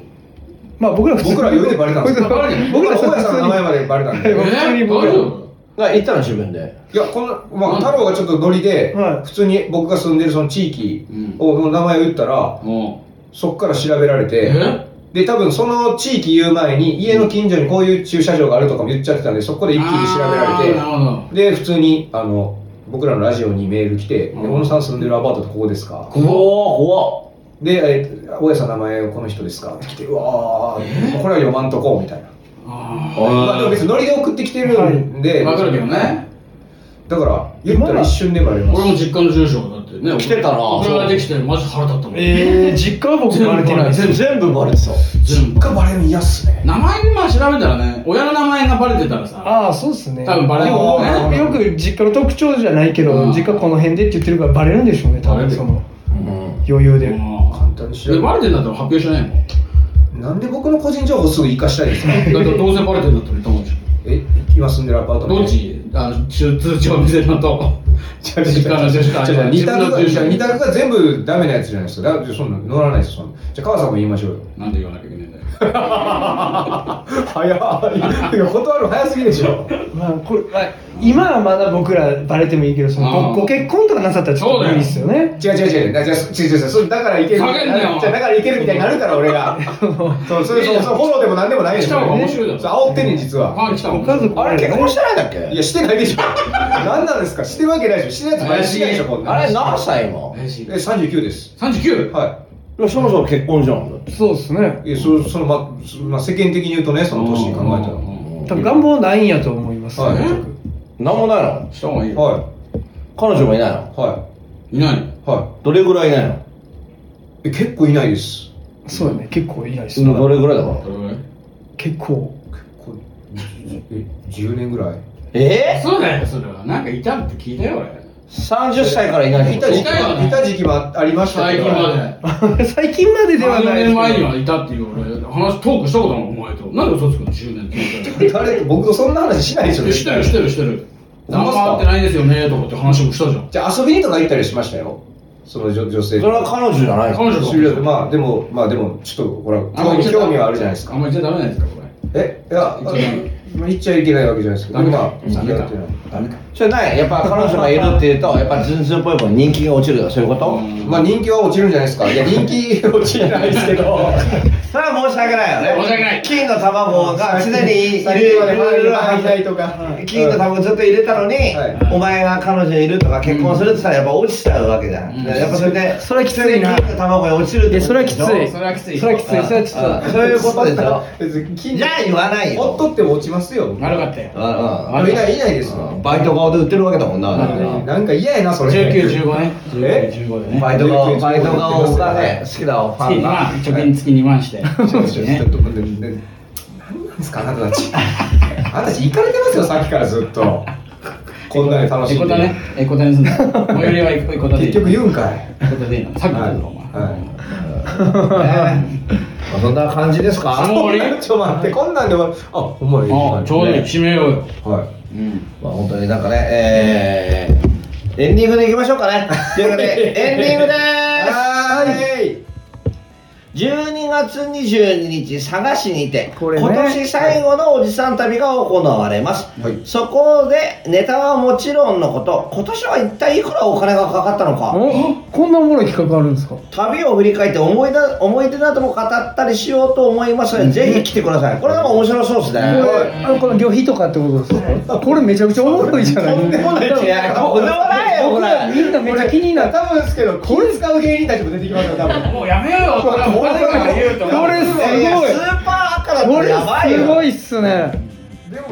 Speaker 4: まあ僕ら普通に
Speaker 3: 僕ら余裕でバレたんですよ
Speaker 4: 僕ら
Speaker 3: 僕
Speaker 4: 僕ら
Speaker 3: ら
Speaker 4: 普
Speaker 3: 大家さん
Speaker 4: 通
Speaker 3: の
Speaker 4: に
Speaker 3: 名前までバレたん
Speaker 4: え
Speaker 3: で。
Speaker 4: 僕普通に僕ら
Speaker 1: だから行ったら自分で
Speaker 3: いや、この、まあ、太郎がちょっとノリで
Speaker 4: は、い
Speaker 3: 普通に僕が住んでるその地域を、の名前を言ったら、
Speaker 2: も
Speaker 3: そっから調べられて、で、多分その地域言う前に、家の近所にこういう駐車場があるとかも言っちゃってたんで、そこで
Speaker 2: う
Speaker 3: 一気に調べられて、で普通にあの僕らのラジオにメール来て「で小野さん住んでるアパートってここですか?
Speaker 1: うわー怖っ」
Speaker 3: でえー「大家さん名前この人ですか?」って来て「うわーこれは読まんとこ」みたいな
Speaker 2: あ
Speaker 3: まあでも別にノリで送ってきてるんで、
Speaker 2: ーわかるけどね
Speaker 3: だから言ったら一瞬でバレま
Speaker 2: 俺
Speaker 3: す
Speaker 2: も実家の住所だってね
Speaker 1: 来てたな
Speaker 2: 送られてきてマジ腹立ったもん
Speaker 4: えー、実家は僕バレてないです
Speaker 1: 全全部バレてた
Speaker 2: 全部
Speaker 3: がバレるの嫌っすね
Speaker 2: 名前まあ調べたらね親の名前がバレてたらさ
Speaker 4: ああそうですね
Speaker 2: 多分バレる
Speaker 4: でも
Speaker 2: ね
Speaker 4: よく実家の特徴じゃないけど、
Speaker 2: うん
Speaker 4: 実家この辺でって言ってるからバレるんでしょうね多
Speaker 2: バレる
Speaker 4: 分
Speaker 2: よ
Speaker 4: その
Speaker 1: うん
Speaker 4: 余裕で、
Speaker 2: 簡
Speaker 3: 簡単に調べ
Speaker 2: バレてんだったら発表しないもん
Speaker 3: なんで僕の個人情報すぐ生かしたいんですか
Speaker 2: だってどうせバレてんだったらと思うじゃん
Speaker 3: え今住んでるアパートの
Speaker 2: どっちあの通通帳見せるのと
Speaker 3: 違う違う違う
Speaker 2: 実家の住所
Speaker 3: 違う違う二
Speaker 2: 自分
Speaker 3: 択
Speaker 2: の
Speaker 3: が
Speaker 2: 住所
Speaker 3: 二択が全部ダメなやつじゃないですかだからそんな乗らないですよそんなじゃあ川さんも言いましょうよ
Speaker 2: なんで言わなきゃいけないんだよ
Speaker 3: 早いいや断る早すぎでしょ
Speaker 4: まあこれまあ、今はまだ僕らバレてもいいけどその
Speaker 2: うん
Speaker 4: ごご結婚とかなさったらちょっと無理ですよね
Speaker 3: 違う違う違うだじゃあ違う違う違うそれだからいける
Speaker 2: ふざけんなよ
Speaker 3: じゃあだからいけるみたいになるから俺 がそうそうそうそうフォローでも何でもないでし
Speaker 2: しか
Speaker 3: ょ
Speaker 2: も面
Speaker 3: ね
Speaker 2: 白いだろ
Speaker 3: そう煽ってんねん実は
Speaker 2: あ来た
Speaker 4: ご家族
Speaker 1: あれ結婚してないんだっけ
Speaker 3: いやしてないでしょ何なんですかしてるわけないでしょしてないやつしないでしょこんな
Speaker 1: あれ何歳今
Speaker 3: え39です
Speaker 2: 三十九
Speaker 3: はい
Speaker 1: やそもそも結婚じゃんだって
Speaker 4: そうですね
Speaker 3: いいやそそのまそまあ世間的に言うとねその年考えたら
Speaker 4: 多分願望ないんやと思います、
Speaker 3: はい
Speaker 1: 何もないの
Speaker 2: した方がいいよ
Speaker 3: は
Speaker 1: 彼女もいないの
Speaker 3: いはい
Speaker 2: ない
Speaker 3: いは
Speaker 1: どれぐらいいないの
Speaker 3: いえ結構いないです
Speaker 4: そうやね結構いないです、
Speaker 1: どれぐらいだから
Speaker 2: どれぐらい
Speaker 4: 結構
Speaker 3: こうえ10年ぐらい
Speaker 1: え
Speaker 2: そうだよそれはなんかいたって聞いたよ俺
Speaker 1: 30歳からいない
Speaker 3: い
Speaker 1: って
Speaker 3: た
Speaker 1: こ
Speaker 3: 時期もいた時期もあありましたけ
Speaker 2: 最
Speaker 3: ど
Speaker 2: 近ま
Speaker 4: 最近まで
Speaker 2: で
Speaker 4: では
Speaker 2: 3
Speaker 4: ない
Speaker 2: 年前に
Speaker 4: で
Speaker 2: はいたっていう俺話トークしたことあるもんお前となんで嘘つくの10年って言ったら
Speaker 3: 誰僕とそんな話しないでしょ
Speaker 2: してるしてるしてる
Speaker 1: ほんま
Speaker 2: 何
Speaker 1: っすか
Speaker 2: も会ってないですよねとかって話もしたじゃん
Speaker 3: じゃあ遊びにとか行ったりしましたよその女女性
Speaker 1: とそれは彼女じゃないの
Speaker 2: 彼女と
Speaker 3: 終了でまあでもまあでもちょっとほら
Speaker 2: あん
Speaker 3: 興
Speaker 2: ま言っ
Speaker 3: 味
Speaker 2: ちゃダメ
Speaker 3: 興味はあるじゃないです
Speaker 2: あん
Speaker 3: か
Speaker 2: ま言っちゃダメなんですかこ
Speaker 3: えいやあ
Speaker 2: 言っちゃダメ
Speaker 3: まあ言っちゃいけないわけじゃないですけど
Speaker 2: ダメか
Speaker 3: まあ
Speaker 2: ダメか
Speaker 3: ってない
Speaker 2: れダメか
Speaker 1: それないやっぱ彼女がいるっていうとやっぱ全然ぽいぽい人気が落ちるとかそういうこと
Speaker 3: まあ人気は落ちるんじゃないですかいや人気落ちないですけど
Speaker 1: それは申し訳ないよね
Speaker 2: 申し訳ない
Speaker 1: 金の卵が常にい
Speaker 3: 先に
Speaker 1: る
Speaker 3: まで前に入ったりとか
Speaker 1: 金の卵ずっと入れたのに、
Speaker 3: はい
Speaker 1: お前が彼女いるとか結婚するって言ったらやっぱ落ちちゃうわけじゃん、
Speaker 2: うん
Speaker 1: やっぱそれで
Speaker 4: それはきついな
Speaker 1: 常に金の卵に落ちるっ
Speaker 4: す
Speaker 1: て
Speaker 4: え
Speaker 1: こと
Speaker 4: それはきつい
Speaker 1: でしょ
Speaker 2: それはきつい
Speaker 4: それはきついそれは
Speaker 1: あ
Speaker 4: ちょっ
Speaker 1: そういうことでしょ
Speaker 3: 別に金
Speaker 1: じゃあ言わないよ
Speaker 3: ほっとっても落ちますよ
Speaker 2: 悪かったよ
Speaker 1: あ
Speaker 3: いないいないです
Speaker 1: あ
Speaker 3: よ
Speaker 1: バイト顔で売ってるわけだもんな、だか
Speaker 3: な
Speaker 1: ら
Speaker 3: んか嫌やなそれ
Speaker 2: 1915ね
Speaker 3: え
Speaker 2: 1915でね
Speaker 1: バイト顔バイト顔がね好きだフ
Speaker 2: 月
Speaker 1: ァン
Speaker 2: に
Speaker 1: が
Speaker 2: まあ貯金月2万して
Speaker 3: ちょっとね
Speaker 2: ね
Speaker 3: 何なんですかあなたた ちあなたたち行かれてますよさっきからずっとこんなに楽し
Speaker 2: エ
Speaker 3: ん
Speaker 2: コ
Speaker 3: で
Speaker 2: タねエコタに住んだ最寄りはエコタでいい
Speaker 3: 結局言うんかい
Speaker 2: エコタでいいのさっき言ったのお前
Speaker 3: は
Speaker 1: そんな感じですか
Speaker 2: あもう終わ り
Speaker 3: いちょっと待ってこんなんで終わるあほんまに
Speaker 2: あちょうどいい締めようよ
Speaker 3: はい
Speaker 2: うん
Speaker 1: まあ本当になんかね、えー、エンディングでいきましょうかね。ということで、エンディングで
Speaker 3: はーい
Speaker 1: ーす !12 月22日、佐賀市にて、
Speaker 4: これね
Speaker 1: 今年最後のおじさん旅が行われます。
Speaker 3: はい
Speaker 1: そこで、ネタはもちろんのこと、今年は一体いくらお金がかかったのか、
Speaker 4: おこんなおもろい企画あるんですか
Speaker 1: 旅を振り返って思い出思い出なども語ったりしようと思いますので、ぜひ来てください。これなんか面白そうですね。
Speaker 4: これあのこの旅費とかってことですかこれめちゃくちゃおもろいじゃない
Speaker 3: とんでもない
Speaker 1: いや、とんでもないよ、こ
Speaker 4: 僕
Speaker 1: れ。
Speaker 4: らみんなめっちゃ気になった
Speaker 3: 多分ですけどこれ使う芸人たちも出てきますよ多 分
Speaker 2: もうやめようよそれはお金から言うと
Speaker 4: これすごい
Speaker 1: スーパー赤だった
Speaker 4: こ
Speaker 1: ら
Speaker 4: れ
Speaker 1: やばいよ
Speaker 4: すごいっすね
Speaker 3: でも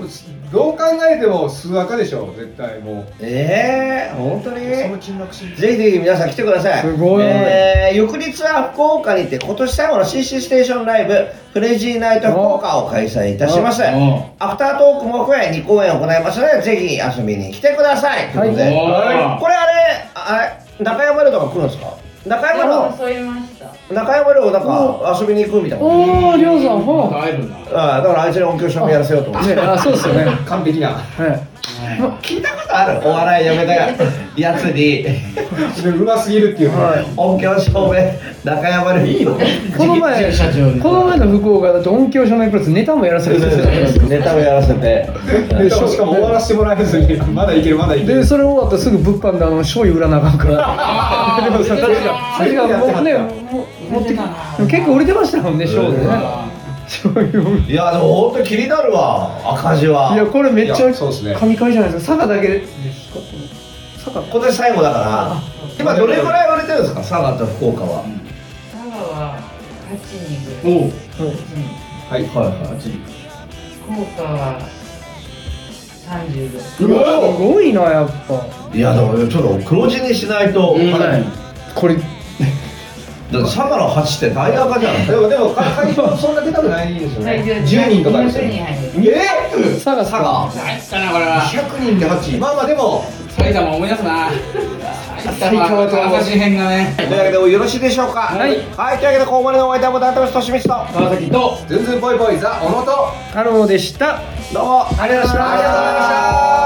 Speaker 3: どう考えても数赤でしょ絶対もう
Speaker 1: ええー、本当に
Speaker 3: その沈落し
Speaker 1: ぜひぜひ皆さん来てください。
Speaker 4: すごい
Speaker 1: えー翌日は福岡にて今年最後の CC ステーションライブ、クレイジーナイト福岡を開催いたします。
Speaker 2: おお
Speaker 1: アフタートークも含め2公演行いますので、ぜひ遊びに来てください。ということで
Speaker 2: おー
Speaker 1: これあれ、あれ、中山寮とか来るんですか中山寮、
Speaker 5: 誘いました。
Speaker 1: 中山寮なんか遊びに行くみたいな。
Speaker 4: おー、りょうさん、
Speaker 2: ま
Speaker 4: ほ
Speaker 2: た会えるんだ
Speaker 1: ああだからあいつに音響証明やらせようと思っ
Speaker 4: う。
Speaker 1: て。
Speaker 4: ね、あ、そうですよね。
Speaker 3: 完璧な
Speaker 4: は
Speaker 1: 聞いたことあるお笑いやめたやつに。
Speaker 3: でうますぎるっていうのは
Speaker 1: 音響証明、中山寮。いいの
Speaker 4: い。この前、
Speaker 2: 社長に
Speaker 4: この前の福岡だと音響証明プラスネタもやらせてくれて
Speaker 1: ネタをやらせて。
Speaker 3: でしかも終わらせてもらえずにまだいけるまだいけ
Speaker 4: で、
Speaker 3: る
Speaker 4: それ終わったらすぐ物販であの醤油売らなあかんから。でもさ、確か、確かもうね、も持ってきでも結構売れてましたもんね、醤油ね。醤油。
Speaker 7: いやでも本当気になるわ赤字はい
Speaker 4: や、これめっち
Speaker 3: い
Speaker 4: ゃ
Speaker 3: やそうですね
Speaker 4: 神回じゃないですか。佐賀だけですか佐賀
Speaker 7: 今年最後だから今どれぐらい売れてるんですか佐賀と福岡は、
Speaker 5: 佐賀は8人
Speaker 2: お
Speaker 5: ぐらい。
Speaker 2: う
Speaker 3: はい
Speaker 7: はい
Speaker 5: 福岡は30ぐらい。
Speaker 4: すごいな、やっぱ。
Speaker 7: はいいやでもちょっと黒字にしないと、
Speaker 2: うん
Speaker 7: だって
Speaker 4: これ、
Speaker 7: 佐賀の8って大赤じゃん
Speaker 3: でもでもか会場そんな出たくないんですよね10人とかですよ
Speaker 5: 200人
Speaker 3: ね
Speaker 5: 入る。
Speaker 3: え
Speaker 4: 佐賀、佐賀。
Speaker 2: 入ったなこれは
Speaker 3: 100人で8まあまあでも
Speaker 2: 埼玉思い出すな埼玉と川崎編がね
Speaker 1: というわけでよろしいでしょうかはい、はい、というわけでここまでのお相手はダントムスとしみつと
Speaker 2: 川崎と
Speaker 3: 全然ぽいぽいザ小野と
Speaker 4: 太郎でした。
Speaker 1: どうもありがとうございました